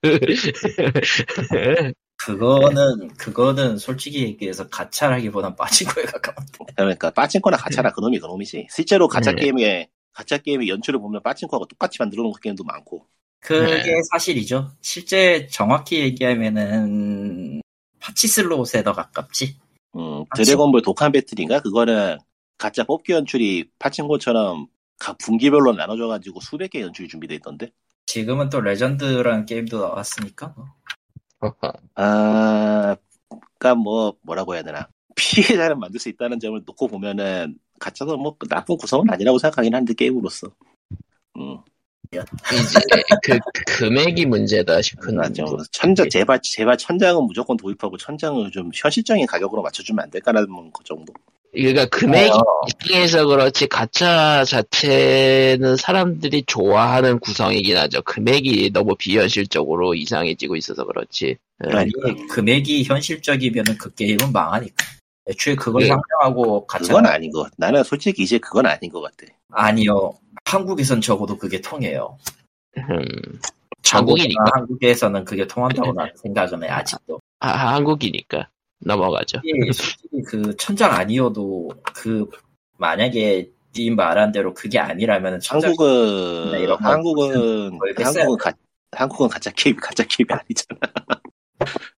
Speaker 2: 그거는 그거는 솔직히 얘기해서 가차라기보단 빠진 거에 가까운데
Speaker 3: 그러니까 빠친코나 가차나 그놈이 그놈이지. 실제로 가차
Speaker 1: 네.
Speaker 3: 게임에 가차 게임의 연출을 보면 빠친코하고 똑같이 만들어 놓은 게임도 많고.
Speaker 2: 그게
Speaker 1: 네.
Speaker 2: 사실이죠. 실제 정확히 얘기하면은 파치슬롯에 더 가깝지.
Speaker 3: 음,
Speaker 2: 아,
Speaker 3: 드래곤볼 독한 배틀인가? 그거는 가짜 뽑기 연출이 파친코처럼 각 분기별로 나눠져가지고 수백 개 연출이 준비돼 있던데?
Speaker 2: 지금은 또 레전드라는 게임도 나왔으니까 뭐.
Speaker 3: 아, 그니까 뭐, 뭐라고 해야 되나. 피해자를 만들 수 있다는 점을 놓고 보면은, 가짜도 뭐, 나쁜 구성은 아니라고 생각하긴 한데, 게임으로서. 음,
Speaker 1: 이제 그 금액이 문제다 싶은
Speaker 3: 맞아. 음, 뭐
Speaker 1: 예.
Speaker 3: 천장, 제발, 제발 천장은 무조건 도입하고, 천장은 좀 현실적인 가격으로 맞춰주면 안 될까라는 그 정도.
Speaker 1: 그러니까 금액이 비해서 그렇지 가차 자체는 사람들이 좋아하는 구성이긴 하죠. 금액이 너무 비현실적으로 이상해지고 있어서 그렇지.
Speaker 2: 네.
Speaker 3: 그러니까.
Speaker 2: 이게 금액이 현실적이면은 그 게임은 망하니까. 애초에 그걸
Speaker 1: 예.
Speaker 2: 상정하고 가차가
Speaker 3: 그건 아닌 것 같아. 나는 솔직히 이제 그건 아닌 것 같아.
Speaker 2: 아니요. 한국에선 적어도 그게 통해요.
Speaker 1: 음,
Speaker 2: 한국이나
Speaker 1: 한국이니까.
Speaker 2: 한국에서는 그게
Speaker 3: 네.
Speaker 2: 통한다고 나는 생각은 해 아직도.
Speaker 1: 아, 한국이니까 넘어가죠.
Speaker 2: 솔직히 솔직히 그 천장 아니어도 그 만약에 네 말한 대로 그게 아니라면 천장 네,
Speaker 3: 한국은
Speaker 2: 이런 거.
Speaker 3: 한국은
Speaker 2: 거의 했어요.
Speaker 3: 한국은 가, 한국은 가짜 게임 가짜 게임이 아니잖아.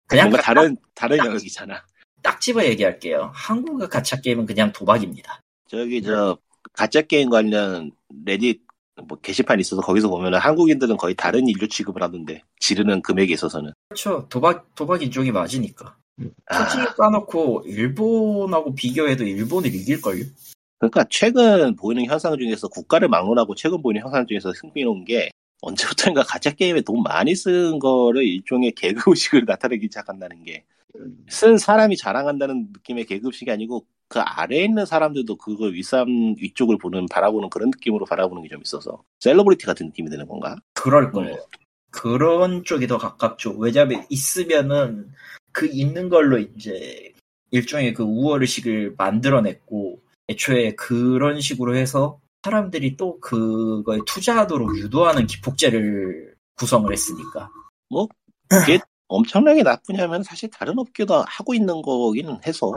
Speaker 2: 그냥
Speaker 3: 뭔가
Speaker 2: 가-
Speaker 3: 다른 다른 영역이잖아.
Speaker 2: 딱 집어 얘기할게요. 한국의 가챠 게임은 그냥 도박입니다.
Speaker 3: 저기 저 가짜 게임 관련 레딧 뭐 게시판 있어서 거기서 보면은 한국인들은 거의 다른 인류 취급을 하던데 지르는 금액에 있어서는
Speaker 2: 그렇죠. 도박 도박 인종이 맞으니까. 솔직히
Speaker 3: 아,
Speaker 2: 까놓고 일본하고 비교해도 일본을 이길 걸요.
Speaker 3: 그러니까 최근 보이는 현상 중에서 국가를 막론하고 최근 보이는 현상 중에서 흥미로운 게 언제부터인가 가짜 게임에 돈 많이 쓴 거를 일종의 개그 의식을 *laughs* 나타내기 시작한다는 게 쓴 사람이 자랑한다는 느낌의 계급식이 아니고 그 아래에 있는 사람들도 그걸 윗삼 위쪽을 보는 바라보는 그런 느낌으로 바라보는 게 좀 있어서 셀러브리티 같은 느낌이 드는 건가?
Speaker 2: 그럴 거예요. 그런 쪽이 더 가깝죠. 왜냐면 있으면은 그 있는 걸로 이제 일종의 그 우월의식을 만들어냈고 애초에 그런 식으로 해서 사람들이 또 그거에 투자하도록 유도하는 기폭제를 구성을 했으니까.
Speaker 3: 엄청나게 나쁘냐면 사실 다른 업계도 하고 있는 거긴 해서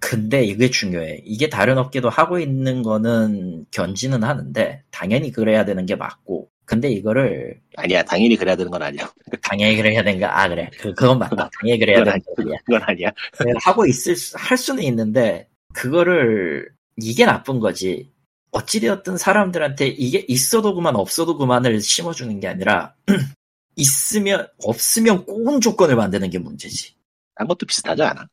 Speaker 2: 근데 이게 중요해. 이게 다른 업계도 하고 있는 거는 견지는 하는데 당연히 그래야 되는 게 맞고. 근데 이거를
Speaker 3: 아니야 당연히 그래야 되는 건 아니야
Speaker 2: 당연히 그래야 되는 거. 아 그래. 그 그건 맞다. 당연히 그래야
Speaker 3: *laughs* 그건,
Speaker 2: 되는
Speaker 3: 아니,
Speaker 2: 거. 아니야.
Speaker 3: 그건 아니야
Speaker 2: 네, 하고 있을 수- 할 수는 있는데 그거를 이게 나쁜 거지. 어찌되었든 사람들한테 이게 있어도 그만 없어도 그만을 심어주는 게 아니라 *clears throat* 있으면 없으면 꼬운 조건을 만드는 게 문제지.
Speaker 3: 딴 것도 비슷하지 않아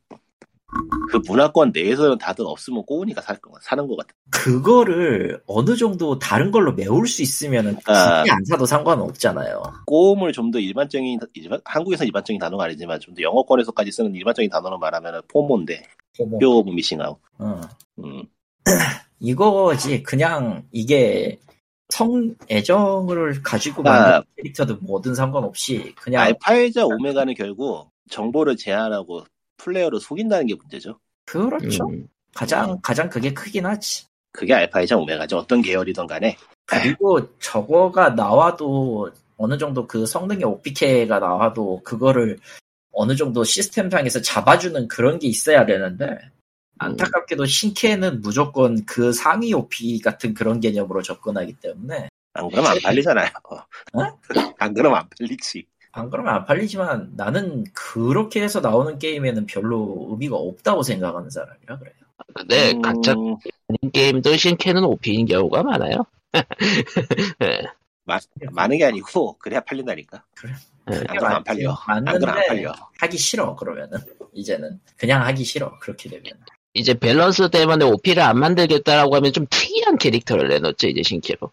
Speaker 3: 그 문화권 내에서는 다들 없으면 꼬우니까 살 거, 사는 것 같아
Speaker 2: 그거를 어느 정도 다른 걸로 메울 수 있으면은 굳이
Speaker 3: 아.
Speaker 2: 안 사도 상관은 없잖아요.
Speaker 3: 꼬음을 좀 더 일반적인 일반, 한국에서 일반적인 단어가 아니지만 좀 더 영어권에서까지 쓰는 일반적인 단어로 말하면 포모인데 뼈 미싱아웃
Speaker 2: 어.
Speaker 3: 음.
Speaker 2: 이거지 그냥 이게 성 애정을 가지고
Speaker 3: 아.
Speaker 2: 만든 캐릭터든 뭐든 상관없이 그냥
Speaker 3: 알파이자 오메가는 결국 정보를 제한하고 플레이어를 속인다는 게 문제죠.
Speaker 2: 그렇죠.
Speaker 1: 음,
Speaker 2: 가장 가장 그게 크긴 하지.
Speaker 3: 그게 알파이자 오메가죠. 어떤 계열이든 간에.
Speaker 2: 그리고 저거가 나와도 어느 정도 그 성능의 오피케가 나와도 그거를 어느 정도 시스템상에서 잡아주는 그런 게 있어야 되는데 안타깝게도 신캐는 무조건 그 상위 OP 같은 그런 개념으로 접근하기 때문에
Speaker 3: 안 그러면 안 팔리잖아요. *laughs* 어. 안 그러면 안 팔리지.
Speaker 2: 안 그러면 안 팔리지만 나는 그렇게 해서 나오는 게임에는 별로 의미가 없다고 생각하는 사람이라 그래요.
Speaker 1: 근데 네,
Speaker 3: 음,
Speaker 1: 가짜 게임도 신캐는 OP인 경우가 많아요.
Speaker 3: 마- 많은 게 아니고 그래야 팔린다니까. 안 그러면 안 팔려.
Speaker 2: 맞는데
Speaker 3: 안 그러면 안 팔려.
Speaker 2: 하기 싫어 그러면은 이제는 그냥 하기 싫어 그렇게 되면
Speaker 1: 이제 밸런스 때문에 OP를 안 만들겠다라고 하면 좀 특이한 캐릭터를 내놓죠 이제 신캐로.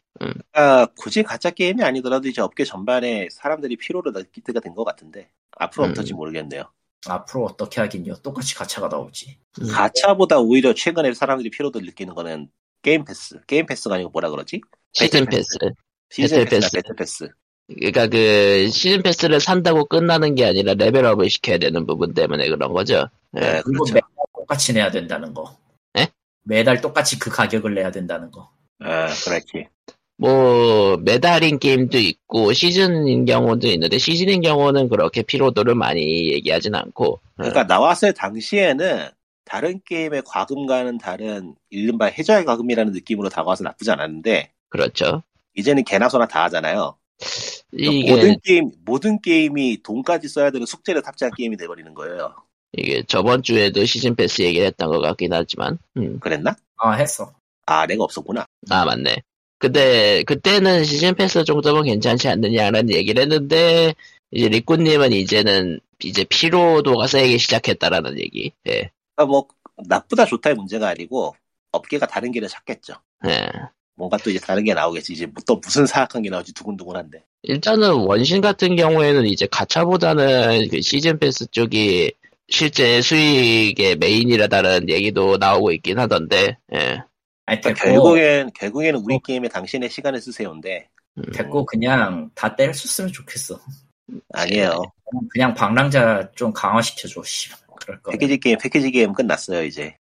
Speaker 3: 아, 굳이 가짜 게임이 아니더라도 이제 업계 전반에 사람들이 피로를 느낄 때가 된 것 같은데 앞으로
Speaker 1: 음.
Speaker 3: 어떨지 모르겠네요.
Speaker 2: 앞으로 어떻게 하긴요 똑같이 가차가 나오지
Speaker 1: 음.
Speaker 3: 가차보다 오히려 최근에 사람들이 피로를 느끼는 거는 게임 패스. 게임 패스가 아니고 뭐라 그러지?
Speaker 1: 시즌
Speaker 3: 패스.
Speaker 1: 패스.
Speaker 3: 시즌
Speaker 1: 배틀
Speaker 3: 패스.
Speaker 1: 패스.
Speaker 3: 배틀 패스.
Speaker 1: 그러니까 그 시즌 패스를 산다고 끝나는 게 아니라 레벨업을 시켜야 되는 부분 때문에 그런 거죠. 예.
Speaker 3: 네,
Speaker 2: 그리고
Speaker 3: 그렇죠.
Speaker 2: 매달 똑같이 내야 된다는 거
Speaker 1: 에?
Speaker 2: 매달 똑같이 그 가격을 내야 된다는 거
Speaker 3: 아,
Speaker 1: 네.
Speaker 3: 그렇지.
Speaker 1: 뭐 메달인 게임도 있고 시즌인 경우도 있는데 시즌인 경우는 그렇게 피로도를 많이 얘기하진 않고 예,
Speaker 3: 그러니까 나왔을 당시에는 다른 게임의 과금과는 다른 이른바 해저의 과금이라는 느낌으로 다가와서 나쁘지 않았는데
Speaker 1: 그렇죠.
Speaker 3: 이제는 개나 소나 다 하잖아요. 그러니까
Speaker 1: 이게
Speaker 3: 모든 게임 모든 게임이 돈까지 써야 되는 숙제를 탑재한 게임이 돼버리는 거예요.
Speaker 1: 이게 저번 주에도 시즌 패스 얘기했던 것 같긴 하지만 음.
Speaker 3: 그랬나?
Speaker 2: 아 했어
Speaker 3: 아, 내가 없었구나.
Speaker 1: 아 맞네. 근데 그때는 시즌 패스 정도면 괜찮지 않느냐라는 얘기를 했는데 이제 리꾸님은 이제는 이제 피로도가 세기 시작했다라는 얘기. 예.
Speaker 3: 그러니까 뭐 나쁘다 좋다의 문제가 아니고 업계가 다른 길을 찾겠죠.
Speaker 1: 예.
Speaker 3: 뭔가 또 이제 다른 게 나오겠지. 이제 뭐 또 무슨 사악한 게 나올지 두근두근한데.
Speaker 1: 일단은 원신 같은 경우에는 이제 가차보다는 그 시즌 패스 쪽이 실제 수익의 메인이라다는 얘기도 나오고 있긴 하던데. 예.
Speaker 2: 아니 됐고
Speaker 3: 그러니까 결국엔 결국에는 우리 게임에 당신의 시간을 쓰세요인데
Speaker 2: 됐고 그냥 다 때렸었으면 좋겠어
Speaker 3: 아니에요.
Speaker 2: 그냥 방랑자 좀 강화시켜줘 씨 그럴 거면
Speaker 3: 패키지 게임 패키지 게임 끝났어요 이제.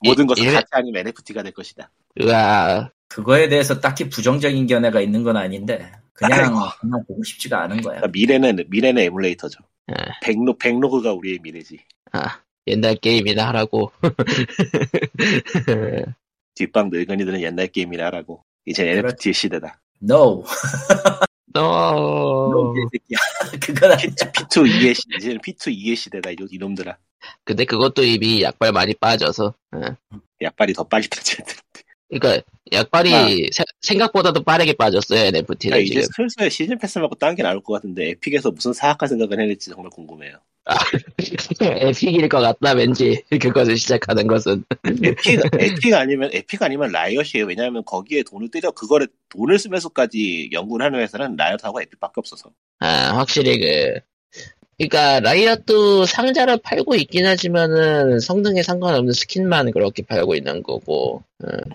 Speaker 3: 모든
Speaker 1: 이-
Speaker 3: 것은
Speaker 1: 이래-
Speaker 3: 같이 아니면 NFT가 될 것이다.
Speaker 1: 으아.
Speaker 2: 그거에 대해서 딱히 부정적인 견해가 있는 건 아닌데 그냥
Speaker 3: 아이고.
Speaker 2: 그냥 보고 싶지가 않은 거야.
Speaker 3: 그러니까 미래는 미래는 에뮬레이터죠.
Speaker 1: 예.
Speaker 3: 백로 백로그가 우리의 미래지.
Speaker 1: 아, 옛날 게임이나 하라고. *laughs*
Speaker 3: 뒷방 늙은이들은 옛날 게임이라 하라고. 이제
Speaker 2: 그렇지.
Speaker 3: NFT 의 시대다.
Speaker 2: No,
Speaker 3: 아.
Speaker 2: *laughs*
Speaker 1: 너.
Speaker 2: no 개새끼야. *laughs* 그건 아니.
Speaker 3: P2E의 시, 이제는 P2E의 시대다 이놈- 이놈들아.
Speaker 1: 근데 그것도 이미 약발 많이 빠져서. 예.
Speaker 3: 약발이 더 빨리 빠져야 돼.
Speaker 1: 그러니까 약발이 세- 생각보다도 빠르게 빠졌어요 NFT는
Speaker 3: 야,
Speaker 1: 지금.
Speaker 3: 그러니까 이제 슬슬 시즌 패스 말고 딴 게 나올 것 같은데 에픽에서 무슨 사악한 생각을 해낼지 정말 궁금해요.
Speaker 1: 에픽일 것 같다 왠지 *laughs* 그것을 시작하는 것은.
Speaker 3: *laughs* 에픽, 에픽 아니면 에픽 아니면 라이엇이에요. 왜냐하면 거기에 돈을 때려 그거를 돈을 쓰면서까지 연구를 하는 회사는 라이엇하고 에픽밖에 없어서.
Speaker 1: 아, 확실히 그, 그니까, 라이엇도 상자를 팔고 있긴 하지만은, 성능에 상관없는 스킨만 그렇게 팔고 있는 거고,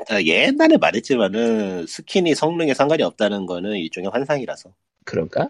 Speaker 3: 아, 옛날에 말했지만은 스킨이 성능에 상관이 없다는 거는 일종의 환상이라서.
Speaker 1: 그런가?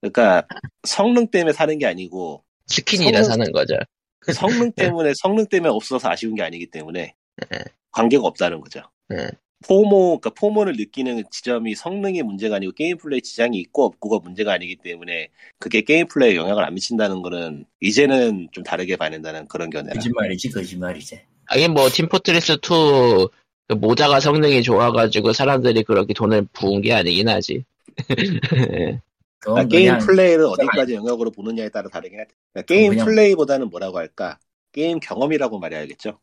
Speaker 3: 그러니까 성능 때문에 사는 게 아니고
Speaker 1: 스킨이라
Speaker 3: 성능-
Speaker 1: 사는 거죠.
Speaker 3: 그 성능 때문에 성능 때문에 없어서 아쉬운 게 아니기 때문에
Speaker 1: 네.
Speaker 3: 관계가 없다는 거죠.
Speaker 1: 네.
Speaker 3: 포모, 그러니까 포모를 느끼는 지점이 성능의 문제가 아니고 게임 플레이 지장이 있고 없고가 문제가 아니기 때문에 그게 게임 플레이에 영향을 안 미친다는 거는 이제는 좀 다르게 봐낸다는 그런 견해라.
Speaker 2: 거짓말이지 거짓말이지.
Speaker 1: 하긴 뭐, 팀포트리스2, 그 모자가 성능이 좋아가지고, 사람들이 그렇게 돈을 부은 게 아니긴 하지. *laughs* 그러니까
Speaker 2: 그건
Speaker 3: 그러니까 게임
Speaker 2: 어, 그냥
Speaker 3: 플레이를 어디까지 영역으로 보느냐에 따라 다르긴 하죠. 그러니까 게임
Speaker 2: 그냥-
Speaker 3: 플레이보다는 뭐라고 할까? 게임 경험이라고 말해야겠죠.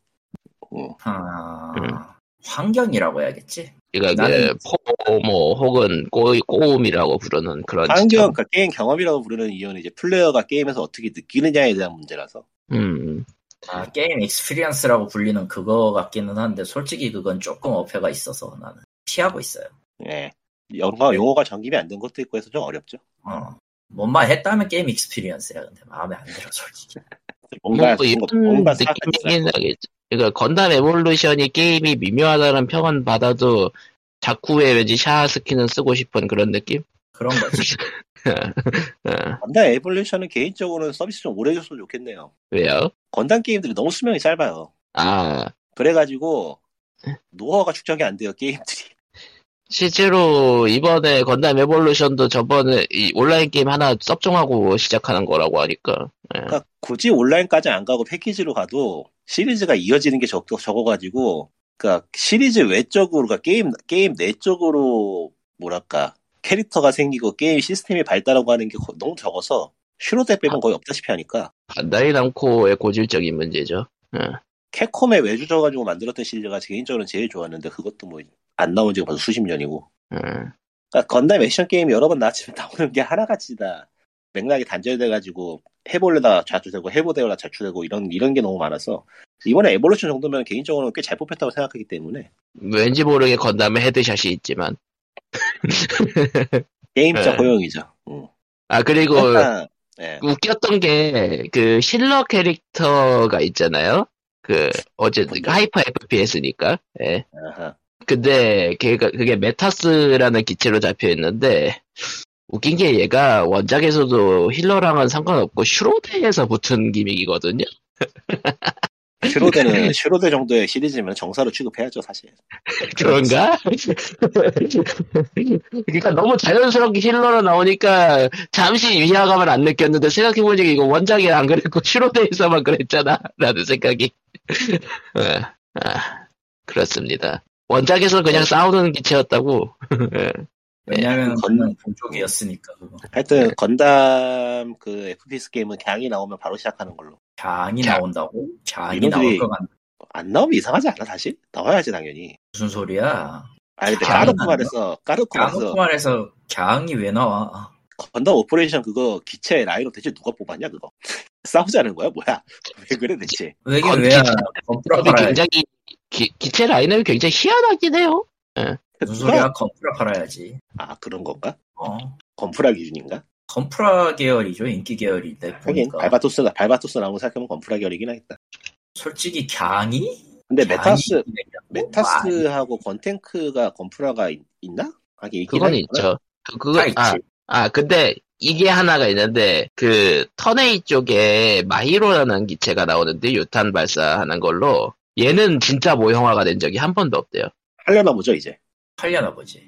Speaker 3: 음.
Speaker 2: 아,
Speaker 1: 음.
Speaker 2: 환경이라고 해야겠지.
Speaker 1: 그러니까
Speaker 2: 나는-
Speaker 1: 그, 포모, 혹은 꼬, 꼬음이라고 부르는 그런.
Speaker 3: 환경,
Speaker 1: 지점.
Speaker 3: 그러니까 게임 경험이라고 부르는 이유는 이제 플레이어가 게임에서 어떻게 느끼느냐에 대한 문제라서.
Speaker 1: 음,
Speaker 2: 아, 게임 익스피리언스라고 불리는 그거 같기는 한데 솔직히 그건 조금 어폐가 있어서 나는 피하고 있어요.
Speaker 3: 예.
Speaker 1: 네.
Speaker 3: 영어, 용어가 정립이 안 된 것도 있고 해서 좀 어렵죠.
Speaker 2: 어. 뭔만 했다면 게임 익스피리언스야 근데 마음에 안 들어 솔직히.
Speaker 3: 뭔가,
Speaker 1: 뭐
Speaker 3: 뭔가,
Speaker 1: 이런
Speaker 3: 뭔가 사악한 짓을
Speaker 1: 느낌이긴 하겠죠. 그러니까 건담 에볼루션이 게임이 미묘하다는 평은 받아도 자쿠의 왠지 샤아 스킨은 쓰고 싶은 그런 느낌?
Speaker 2: 그런 거지.
Speaker 1: 어,
Speaker 3: 건담 에볼루션은 개인적으로는 서비스 좀 오래 줬으면 좋겠네요.
Speaker 1: 왜요?
Speaker 3: 건담 게임들이 너무 수명이 짧아요.
Speaker 1: 아, 네.
Speaker 3: 그래가지고, 노하우가 축적이 안 돼요, 게임들이.
Speaker 1: 실제로 이번에 건담 에볼루션도 저번에 이 온라인 게임 하나 섭정하고 시작하는 거라고 하니까
Speaker 3: 그러니까 굳이 온라인까지 안 가고 패키지로 가도 시리즈가 이어지는 게 적, 적어가지고, 그러니까 시리즈 외적으로, 그러니까 게임, 게임 내적으로, 뭐랄까, 캐릭터가 생기고 게임 시스템이 발달하고 하는 게 거- 너무 적어서, 슈로데
Speaker 1: 아.
Speaker 3: 빼면 거의 없다시피 하니까,
Speaker 1: 반다이 남코의 고질적인 문제죠.
Speaker 3: 캡콤에 외주 져가지고 만들었던 시리즈가 개인적으로 제일 좋았는데, 그것도 뭐, 안 나온 지가 벌써 수십 년이고.
Speaker 1: 음,
Speaker 3: 그러니까 건담 액션 게임이 여러 번 나왔지만 *laughs* 나오는 게 하나같이 다 맥락이 단절돼가지고 해보려다 좌초되고 해보되려다 좌초되고 이런 이런 게 너무 많아서 이번에 에볼루션 정도면 개인적으로는 꽤 잘 뽑혔다고 생각하기 때문에
Speaker 1: 왠지 모르게 건담에 헤드샷이 있지만
Speaker 3: 게임적
Speaker 1: 네.
Speaker 3: 허용이죠. 음.
Speaker 1: 아 그리고
Speaker 3: 약간, 예.
Speaker 1: 웃겼던 게 그 실러 캐릭터가 있잖아요. 그 어제 하이퍼 FPS니까. 예.
Speaker 3: 아하.
Speaker 1: 근데 걔가 그게 메타스라는 기체로 잡혀 있는데 웃긴 게 얘가 원작에서도 힐러랑은 상관없고 슈로데에서 붙은 기믹이거든요. *laughs*
Speaker 3: 슈로데는 슈로데 정도의 시리즈면 정사로 취급해야죠 사실.
Speaker 1: 그런가? 그러니까 너무 자연스럽게 힐러로 나오니까 잠시 위화감을 안 느꼈는데 생각해보니까 이거 원작이 안 그랬고 *laughs* 슈로데에서만 그랬잖아 라는 *laughs* 생각이 어, 아, 그렇습니다 원작에서 그냥 싸우는 기체였다고
Speaker 3: 네,
Speaker 2: 왜냐면
Speaker 3: 건-
Speaker 2: 건담 동쪽이었으니까 그거.
Speaker 3: 하여튼 건담 그 FPS 게임은 강이 나오면 바로 시작하는 걸로.
Speaker 2: 장이
Speaker 1: 장.
Speaker 2: 나온다고? 장이
Speaker 3: 이놈들이-
Speaker 2: 나올 것 같...
Speaker 3: 안 나오면 이상하지 않아 사실? 나와야지 당연히.
Speaker 2: 무슨 소리야?
Speaker 3: 아니 근데
Speaker 1: 강이
Speaker 3: 까놓고
Speaker 2: 나와요?
Speaker 3: 말해서 까놓고 말해서
Speaker 2: 까놓고 말해서 장이 왜 나와?
Speaker 3: 건담 오퍼레이션 그거 기체 라인업 대체 누가 뽑았냐 그거 *laughs* 싸우자는 거야 *laughs* 뭐야 왜 그래 대체
Speaker 2: 왜게
Speaker 1: 건-
Speaker 2: 왜야?
Speaker 1: 기체-
Speaker 2: 건프라
Speaker 1: 이게
Speaker 2: 팔아야지.
Speaker 1: 굉장히 기, 기체 라인업이 굉장히 희한하긴 해요
Speaker 2: 무슨
Speaker 3: 누가-
Speaker 2: 소리야? 건프라 팔아야지.
Speaker 3: 아 그런 건가
Speaker 2: 어.
Speaker 3: 건프라 기준인가
Speaker 2: 건프라 계열이죠. 인기 계열인데
Speaker 3: 하긴
Speaker 2: 보니까.
Speaker 3: 발바토스 발바토스 나오고 생각하면 건프라 결이긴 하겠다
Speaker 2: 솔직히 강이?
Speaker 3: 근데
Speaker 2: 강이 뭐
Speaker 3: 메타스
Speaker 2: 있네요.
Speaker 3: 메타스하고 건탱크가 건프라가 있, 나 하긴 있긴
Speaker 1: 그건
Speaker 3: 하겠구나.
Speaker 1: 있죠 그- 그거
Speaker 2: 다 있지.
Speaker 1: 아, 아 근데 이게 하나가 있는데 그 터네이 쪽에 마히로라는 기체가 나오는데 유탄 발사하는 걸로 얘는 진짜 모형화가 된 적이 한 번도 없대요.
Speaker 3: 하려나 보죠 이제
Speaker 2: 팔려나 보지.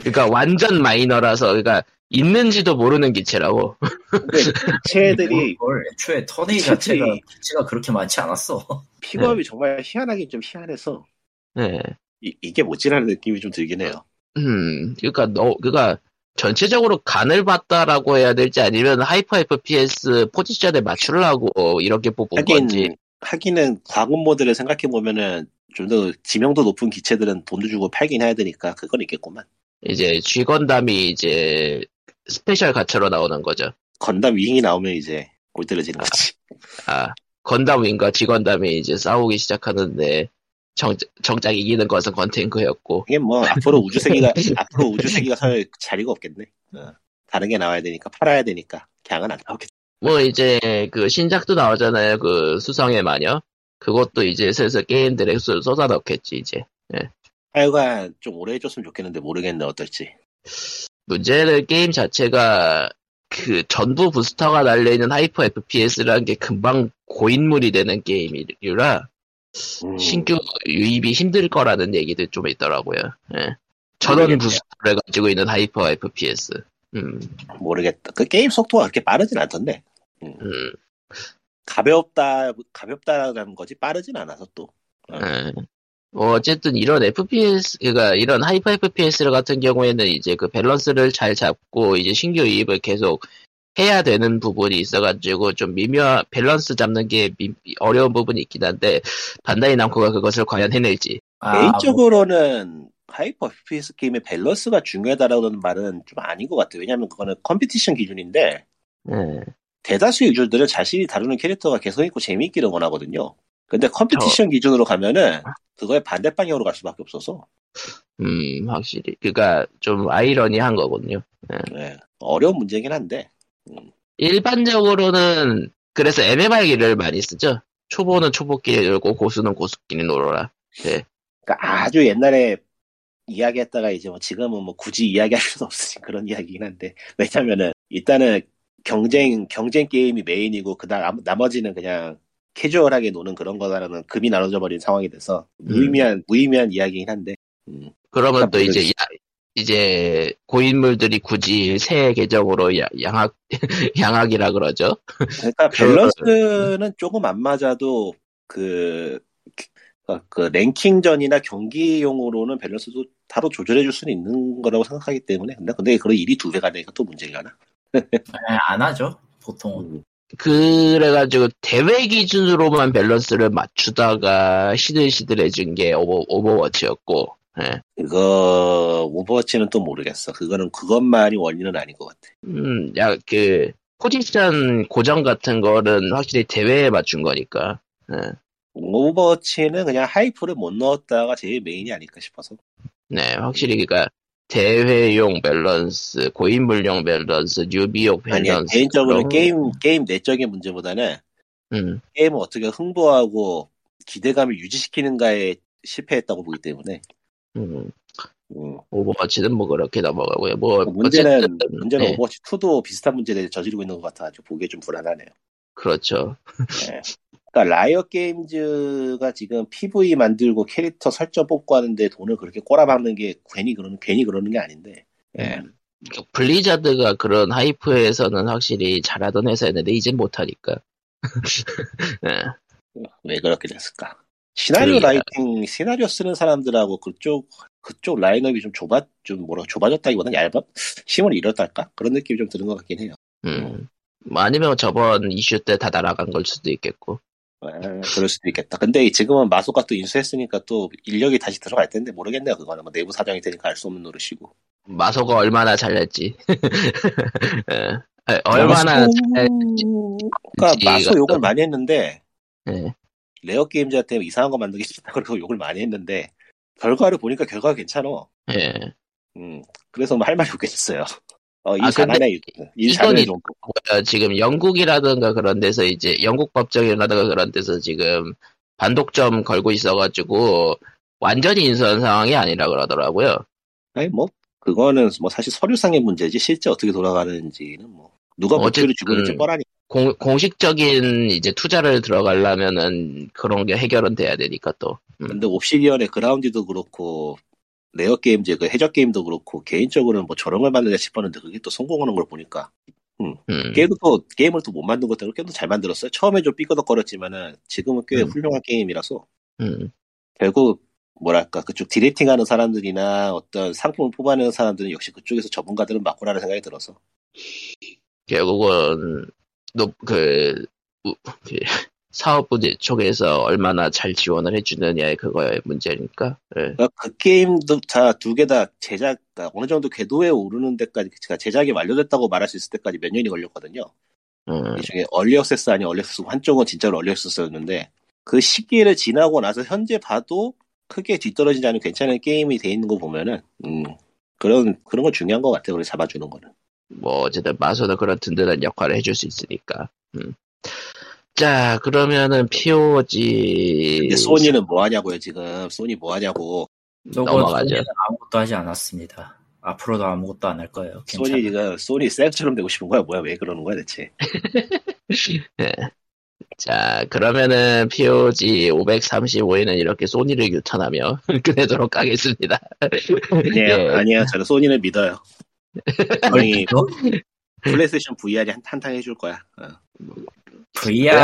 Speaker 1: 그러니까 완전 마이너라서 그러니까 있는지도 모르는 기체라고. *laughs*
Speaker 3: 근데 기체들이
Speaker 2: 뭘 애초에
Speaker 3: *laughs*
Speaker 2: 터네이
Speaker 3: 기체들이-
Speaker 2: 자체가 기체가 그렇게 많지 않았어. *laughs*
Speaker 3: 픽업이 정말 희한하긴 좀 희한해서
Speaker 1: 네.
Speaker 3: 이, 이게 뭐지라는 느낌이 좀 들긴 해요
Speaker 1: 음, 그러니까 너 그러니까 전체적으로 간을 봤다라고 해야 될지 아니면 하이퍼 FPS 포지션에 맞추려고 이렇게 뽑은 건지.
Speaker 3: 하긴 하기는 과금 모드를 생각해 보면은 좀 더 지명도 높은 기체들은 돈도 주고 팔긴 해야 되니까 그건 있겠구만.
Speaker 1: 이제 쥐건담이 이제 스페셜 가차로 나오는 거죠.
Speaker 3: 건담 윙이 나오면 이제 골때려지는 거지.
Speaker 1: 아, 건담인과 지건담이 이제 싸우기 시작하는데, 정, 정작 이기는 것은 건탱크였고, *laughs*
Speaker 3: 이게 뭐 앞으로 우주세기가 앞으로 우주세기가 설 자리가 없겠네. 어. 다른 게 나와야 되니까 팔아야 되니까 강은 안 나오겠지.
Speaker 1: 뭐 이제 그 신작도 나오잖아요. 그 수성의 마녀. 그것도 이제 슬슬 게임들에 쏟- 쏟아 넣겠지, 이제.
Speaker 3: 하여간 좀 오래 해줬으면 좋겠는데 모르겠네 어떨지.
Speaker 1: 문제는 게임 자체가 그 전부 부스터가 달려있는 하이퍼 FPS라는 게 금방 고인물이 되는 게임이라
Speaker 3: 음,
Speaker 1: 신규 유입이 힘들 거라는 얘기도 좀 있더라고요. 예. 전원 부스터를 가지고 있는 하이퍼 FPS. 음,
Speaker 3: 모르겠다. 그 게임 속도가 그렇게 빠르진 않던데
Speaker 1: 음.
Speaker 3: 가볍다 가볍다라는 거지 빠르진 않아서 또.
Speaker 1: 예. 뭐 어쨌든 이런 FPS, 그러니까 이런 하이퍼 FPS 같은 경우에는 이제 그 밸런스를 잘 잡고 이제 신규 유입을 계속 해야 되는 부분이 있어가지고 좀 미묘한 밸런스 잡는 게 미- 어려운 부분이 있긴 한데 반다이 남코가 그것을 과연 해낼지.
Speaker 2: 아,
Speaker 3: 개인적으로는 하이퍼 FPS 게임의 밸런스가 중요하다라는 말은 좀 아닌 것 같아요. 왜냐하면 그거는 컴피티션 기준인데
Speaker 1: 예.
Speaker 3: 대다수의 유저들은 자신이 다루는 캐릭터가 개성 있고 재미있기를 원하거든요. 근데 컴피티션 기준으로 가면은 그거에 반대 방향으로 갈 수밖에 없어서
Speaker 1: 음, 확실히. 그러니까 좀 아이러니한 거군요.
Speaker 3: 예, 어려운 문제긴 한데
Speaker 1: 일반적으로는 그래서 MMR기를 많이 쓰죠. 초보는 초보끼리 놀고 고수는 고수끼리 놀아라.
Speaker 3: 그러니까 아주 옛날에 이야기했다가 이제 뭐 지금은 뭐 굳이 이야기할 필요도 없으신 그런 이야기긴 한데 왜냐면은 일단은 경쟁 경쟁 게임이 메인이고 그다음 나머지는 그냥 음. 캐주얼하게 노는 그런 거다라는 금이 나눠져 버린 상황이 돼서 무의미한 무의미한 이야기긴 한데 음.
Speaker 1: 그러면 또
Speaker 3: 모르겠-
Speaker 1: 이제 야- 이제 고인물들이 굳이 새 계정으로 야- 양악 *laughs* 양악이라 그러죠.
Speaker 3: 그러니까 밸런스는 조금 안 맞아도 그, 그- 그 랭킹전이나 경기용으로는 밸런스도 따로 조절해 줄 수는 있는 거라고 생각하기 때문에 근데 근데 그런 일이 두 배가 되니까 또 문제가나?
Speaker 2: 에, 안 하죠 보통
Speaker 3: 음.
Speaker 1: 그래가지고 대회 기준으로만 밸런스를 맞추다가 시들시들해진 게 오버 오버워치였고. 예.
Speaker 3: 그거 오버워치는 또 모르겠어. 그거는 그것만이 원인은 아닌 것 같아.
Speaker 1: 음, 야, 그, 포지션 고정 같은 거는 확실히 대회에 맞춘 거니까.
Speaker 3: 오버워치는 그냥 하이프를 못 넣었다가 제일 메인이 아닐까 싶어서.
Speaker 1: 네, 확실히, 그니까, 대회용 밸런스, 고인물용 밸런스, 뉴비용
Speaker 3: 아니
Speaker 1: 밸런스.
Speaker 3: 개인적으로
Speaker 1: 그런-
Speaker 3: 게임 게임 내적인 문제보다는
Speaker 1: 음,
Speaker 3: 게임을 어떻게 흥보하고 기대감을 유지시키는가에 실패했다고 보기 때문에.
Speaker 1: 음,
Speaker 3: 음.
Speaker 1: 오버워치는 뭐 그렇게 넘어가고요. 뭐,
Speaker 3: 그러니까 문제는
Speaker 1: 어쨌든,
Speaker 3: 문제는
Speaker 1: 네,
Speaker 3: 오버워치 2도 비슷한 문제를 저지르고 있는 것 같아가지고 보기에 좀 불안하네요.
Speaker 1: 그렇죠.
Speaker 3: 그러니까 라이어 게임즈가 지금 PV 만들고 캐릭터 설정 뽑고 하는데 돈을 그렇게 꼬라박는 게 괜히 그러는 괜히 그러는 게 아닌데. 예.
Speaker 1: 그러니까 블리자드가 그런 하이프에서는 확실히 잘하던 회사였는데, 이젠 못하니까. *laughs* 네.
Speaker 3: 왜 그렇게 됐을까? 시나리오
Speaker 1: 그러게요.
Speaker 3: 라이팅 시나리오 쓰는 사람들하고 그쪽 그쪽 라인업이 좀 좁아 좀 뭐라 좁아졌다기보다는 얇아 심을 잃었달까 그런 느낌이 좀 드는 것 같긴 해요.
Speaker 1: 음. 뭐 아니면 저번 이슈 때 다 날아간 걸 수도 있겠고.
Speaker 3: 아, 그럴 수도 있겠다. 근데 지금은 마소가 또 인수했으니까 또 인력이 다시 들어갈 텐데 모르겠네요. 그거는 뭐 내부 사정이 되니까 알 수 없는 노릇이고.
Speaker 1: 마소가 얼마나 잘했지. *laughs* 예. 아니, 얼마나 잘,
Speaker 3: 그러니까 마소 욕을 많이 했는데
Speaker 1: 예.
Speaker 3: 레어 게임즈한테 이상한 거 만들기 싫다 그러고 욕을 많이 했는데 결과를 보니까 결과가 괜찮아.
Speaker 1: 예.
Speaker 3: 음, 그래서 뭐 할 말이 없겠어요. 어, 이
Speaker 1: 아, 근데
Speaker 3: 잘하네. 이
Speaker 1: 이건
Speaker 3: 잘하네
Speaker 1: 이-
Speaker 3: 좀.
Speaker 1: 뭐야, 그러니까 지금 영국이라든가 그런 데서 이제 영국 법정이라든가 그런 데서 지금 반독점 걸고 있어가지고 완전히 인수한 상황이 아니라 그러더라고요.
Speaker 3: 아니 뭐 그거는 뭐 사실 서류상의 문제지 실제 어떻게 돌아가는지는 뭐 누가
Speaker 1: 어쨌든-
Speaker 3: 목표를
Speaker 1: 음.
Speaker 3: 주고 있는지 뻔하니.
Speaker 1: 공, 공식적인 이제 투자를 들어가려면은 그런 게 해결은 돼야 되니까 또.
Speaker 3: 근데 옵시디언의 그라운드도 그렇고 레어 게임즈 그 해적 게임도 그렇고 개인적으로는 뭐 저런 걸 만들자 싶었는데 그게 또 성공하는 걸 보니까
Speaker 1: 음.
Speaker 3: 게임도 또 게임을 또 못 만든 것 때문에 꽤도 잘 만들었어요. 처음에 좀 삐거덕거렸지만은 지금은 꽤
Speaker 1: 음.
Speaker 3: 훌륭한 게임이라서
Speaker 1: 음.
Speaker 3: 결국 뭐랄까 그쪽 디렉팅하는 사람들이나 어떤 상품을 뽑아내는 사람들은 역시 그쪽에서 전문가들은 맞구나라는 생각이 들어서
Speaker 1: 결국은 높, 그, 우- 그 *laughs* 사업부 쪽에서 얼마나 잘 지원을 해주느냐의 그거의 문제니까. 예.
Speaker 3: 그러니까 그 게임도 다 두 개 다 제작 그러니까 어느 정도 궤도에 오르는 데까지 그러니까 제작이 완료됐다고 말할 수 있을 때까지 몇 년이 걸렸거든요.
Speaker 1: 음,
Speaker 3: 이 중에 얼리 액세스 아닌 얼리 액세스 한쪽은 진짜로 얼리 액세스였는데 그 시기를 지나고 나서 현재 봐도 크게 뒤떨어지지 않은 괜찮은 게임이 돼 있는 거 보면은 음, 그런 그런 건 중요한 것 같아요. 우리 잡아주는 거는
Speaker 1: 뭐 어쨌든 마소는 그런 든든한 역할을 해줄 수 있으니까. 음. 자 그러면은 POG
Speaker 3: 근데 소니는 뭐 하냐고요 지금 소니 뭐 하냐고
Speaker 2: 저거
Speaker 1: 넘어가죠.
Speaker 2: 소니는 아무것도 하지 않았습니다 앞으로도 아무것도 안 할 거예요
Speaker 3: 소니
Speaker 2: 괜찮아요
Speaker 3: 지금 소니 쌩처럼 되고 싶은 거야 뭐야 왜 그러는 거야 대체
Speaker 1: 자 그러면은 POG 535에는 이렇게 소니를 규탄하며 *laughs* 끝내도록 하겠습니다.
Speaker 2: 네,
Speaker 3: 아니에요
Speaker 1: 예.
Speaker 3: 아니에요 저는 소니는
Speaker 2: *laughs*
Speaker 3: 믿어요 분명히
Speaker 2: 너
Speaker 3: 플레이스테이션 VR이 한 탄탄 해줄 거야 어.
Speaker 2: VR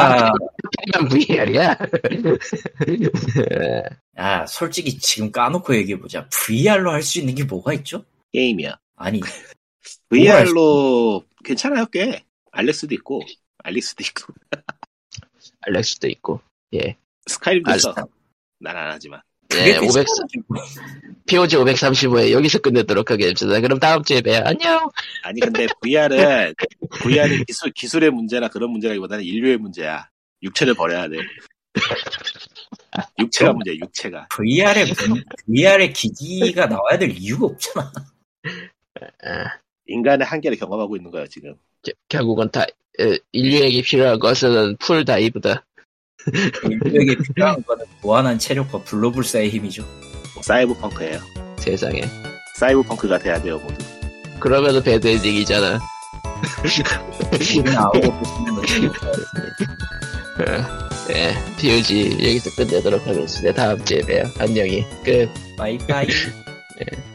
Speaker 1: 그냥 VR이야. 예,
Speaker 2: 아 솔직히 지금 까놓고 얘기해보자 VR로 할 수 있는 게 뭐가 있죠?
Speaker 3: 게임이야
Speaker 2: 아니 뭐가 할 수-
Speaker 3: VR로 괜찮아요 꽤 알렉스도 있고 알릭스도 있고 *laughs*
Speaker 1: 알렉스도 있고. 예.
Speaker 3: 스카이림도
Speaker 1: 아,
Speaker 3: 있어. 난안 하지만.
Speaker 1: 네,
Speaker 2: 그게
Speaker 1: 500
Speaker 2: 괜찮아가지고. 뭐
Speaker 1: POG 535에 여기서 끝내도록 하겠습니다. 그럼 다음 주에 봬요. 안녕.
Speaker 3: 아니 근데 VR은 VR은 기술 기술의 문제나 그런 문제라기보다는 인류의 문제야. 육체를 버려야 돼. 육체가 문제, 야 육체가.
Speaker 2: VR의 VR의 기기가 나와야 될 이유가 없잖아
Speaker 3: 인간의 한계를 경험하고 있는 거야 지금.
Speaker 1: 겨- 결국은 다 에, 인류에게 필요한 것은 풀 다이브다.
Speaker 2: 인류에게 필요한 거는 무한한 체력과 블로불사의 힘이죠
Speaker 3: 뭐 사이버펑크예요.
Speaker 1: 세상에.
Speaker 3: 사이버펑크가 돼야 돼요 모두.
Speaker 1: 그러면은 배드엔딩이잖아.
Speaker 2: 우리는 아웃오브 스맨을
Speaker 3: 예.
Speaker 1: 예, PUG 여기서 끝내도록 하겠습니다. 다음 주에 봬요. 안녕히 끝.
Speaker 2: 바이바이.